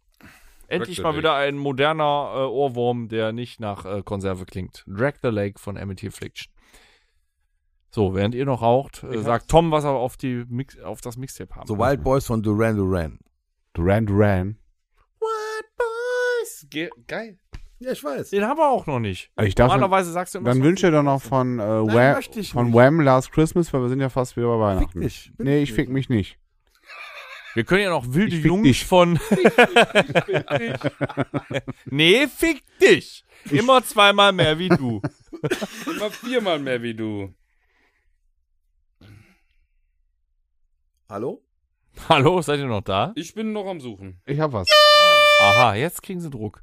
E: Endlich
C: the
E: mal
C: Lake.
E: wieder ein moderner äh, Ohrwurm, der nicht nach äh, Konserve klingt. Drag the Lake von Amity Affliction. So, während ihr noch raucht, äh, sagt Tom, was er auf, die Mix auf das Mixtape haben
B: So Wild Boys von Duran Duran.
D: Duran Duran.
E: What Boys? Ge geil.
B: Ja, ich weiß.
E: Den haben wir auch noch nicht.
D: Also Ich darf
E: Normalerweise sagst du immer
D: dann
E: so
D: wünsche
E: viel.
D: dir doch noch von, äh, Wham,
B: möchte ich
D: von
B: nicht.
D: Wham Last Christmas, weil wir sind ja fast wieder bei
B: Fick
D: Weihnachten.
B: dich. Bitte
D: Nee, ich
B: nicht.
D: fick mich nicht.
E: Wir können ja noch wilde
D: Ich fick
E: Jungs
D: dich.
E: von. nee, fick dich. Immer zweimal mehr wie du.
C: Immer viermal mehr wie du.
B: Hallo?
E: Hallo, seid ihr noch da?
C: Ich bin noch am Suchen.
D: Ich hab was.
E: Aha, jetzt kriegen sie Druck.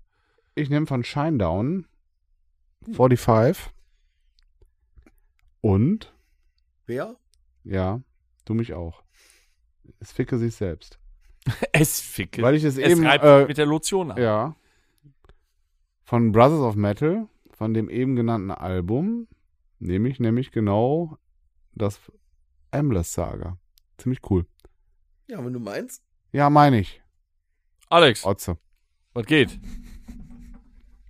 D: Ich nehme von Shinedown 45 und,
B: Wer?
D: ja, du mich auch. Es ficke sich selbst.
E: Es ficke.
D: Weil ich es,
E: es
D: eben,
E: reibt
D: äh,
E: sich mit der Lotion an.
D: Ja. Von Brothers of Metal, von dem eben genannten Album, nehme ich nämlich genau das Amless Saga. Ziemlich cool.
B: Ja, wenn du meinst.
D: Ja, meine ich.
E: Alex,
D: Otze.
E: was geht?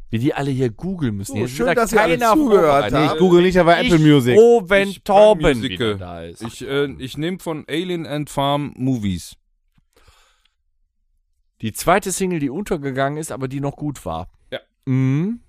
E: Wie die alle hier googeln müssen.
B: So,
E: Jetzt ist
B: schön,
E: wieder
B: dass ihr alle
E: keiner
B: zugehört
E: vorbereitet.
D: Nee,
B: habt.
D: ich Oh. google nicht, aber Apple Music.
E: Froh, wenn
C: Ich kann
E: Torben
C: Musical.
E: wieder da ist.
C: Ich, äh, ich nehme von Alien and Farm Movies.
E: Die zweite Single, die untergegangen ist, aber die noch gut war.
C: Ja.
E: Mhm.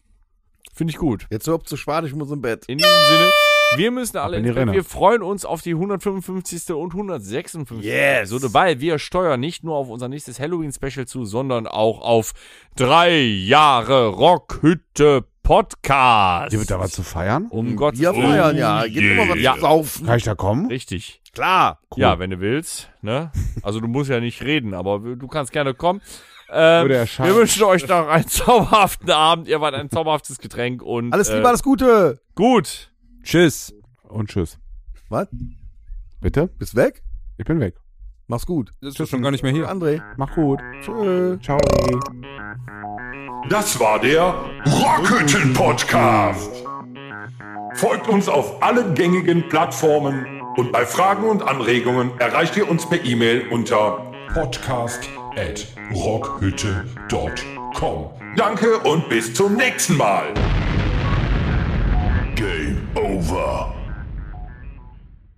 E: Finde ich gut.
B: Jetzt hör auf zu schwaden, ich muss im Bett.
E: In diesem Sinne, wir müssen alle
D: in die
E: ins Bett.
D: Rinne.
E: Wir freuen uns auf die 155. und 156. Yes. Episode, weil wir steuern nicht nur auf unser nächstes Halloween-Special zu, sondern auch auf drei Jahre Rockhütte Podcast.
D: Hier wird da was zu feiern?
E: Um Gottes
B: Wir feiern ja.
A: Oh
B: Gib mir mal was
E: yeah.
B: zu saufen.
D: Kann ich da kommen?
E: Richtig.
B: Klar.
E: Ja, wenn du willst. Ne? Also du musst ja nicht reden, aber w- du kannst gerne kommen. Ähm,
D: Würde erscheinen.
E: wir wünschen euch noch einen zauberhaften Abend. Ihr wart ein zauberhaftes Getränk und
B: Alles Liebe,
E: äh,
B: alles Gute.
E: gut.
C: Tschüss.
D: Und tschüss.
B: Was?
D: Bitte?
B: Bist weg?
D: Ich bin weg.
B: Mach's gut.
C: Das ist schon gar nicht mehr hier.
B: André.
D: Mach gut. Tschö. Ciao.
A: Das war der Rockhütten Podcast. Folgt uns auf allen gängigen Plattformen und bei Fragen und Anregungen erreicht ihr uns per E-Mail unter podcast@rockhütte.de. Komm, danke und bis zum nächsten Mal. Game over.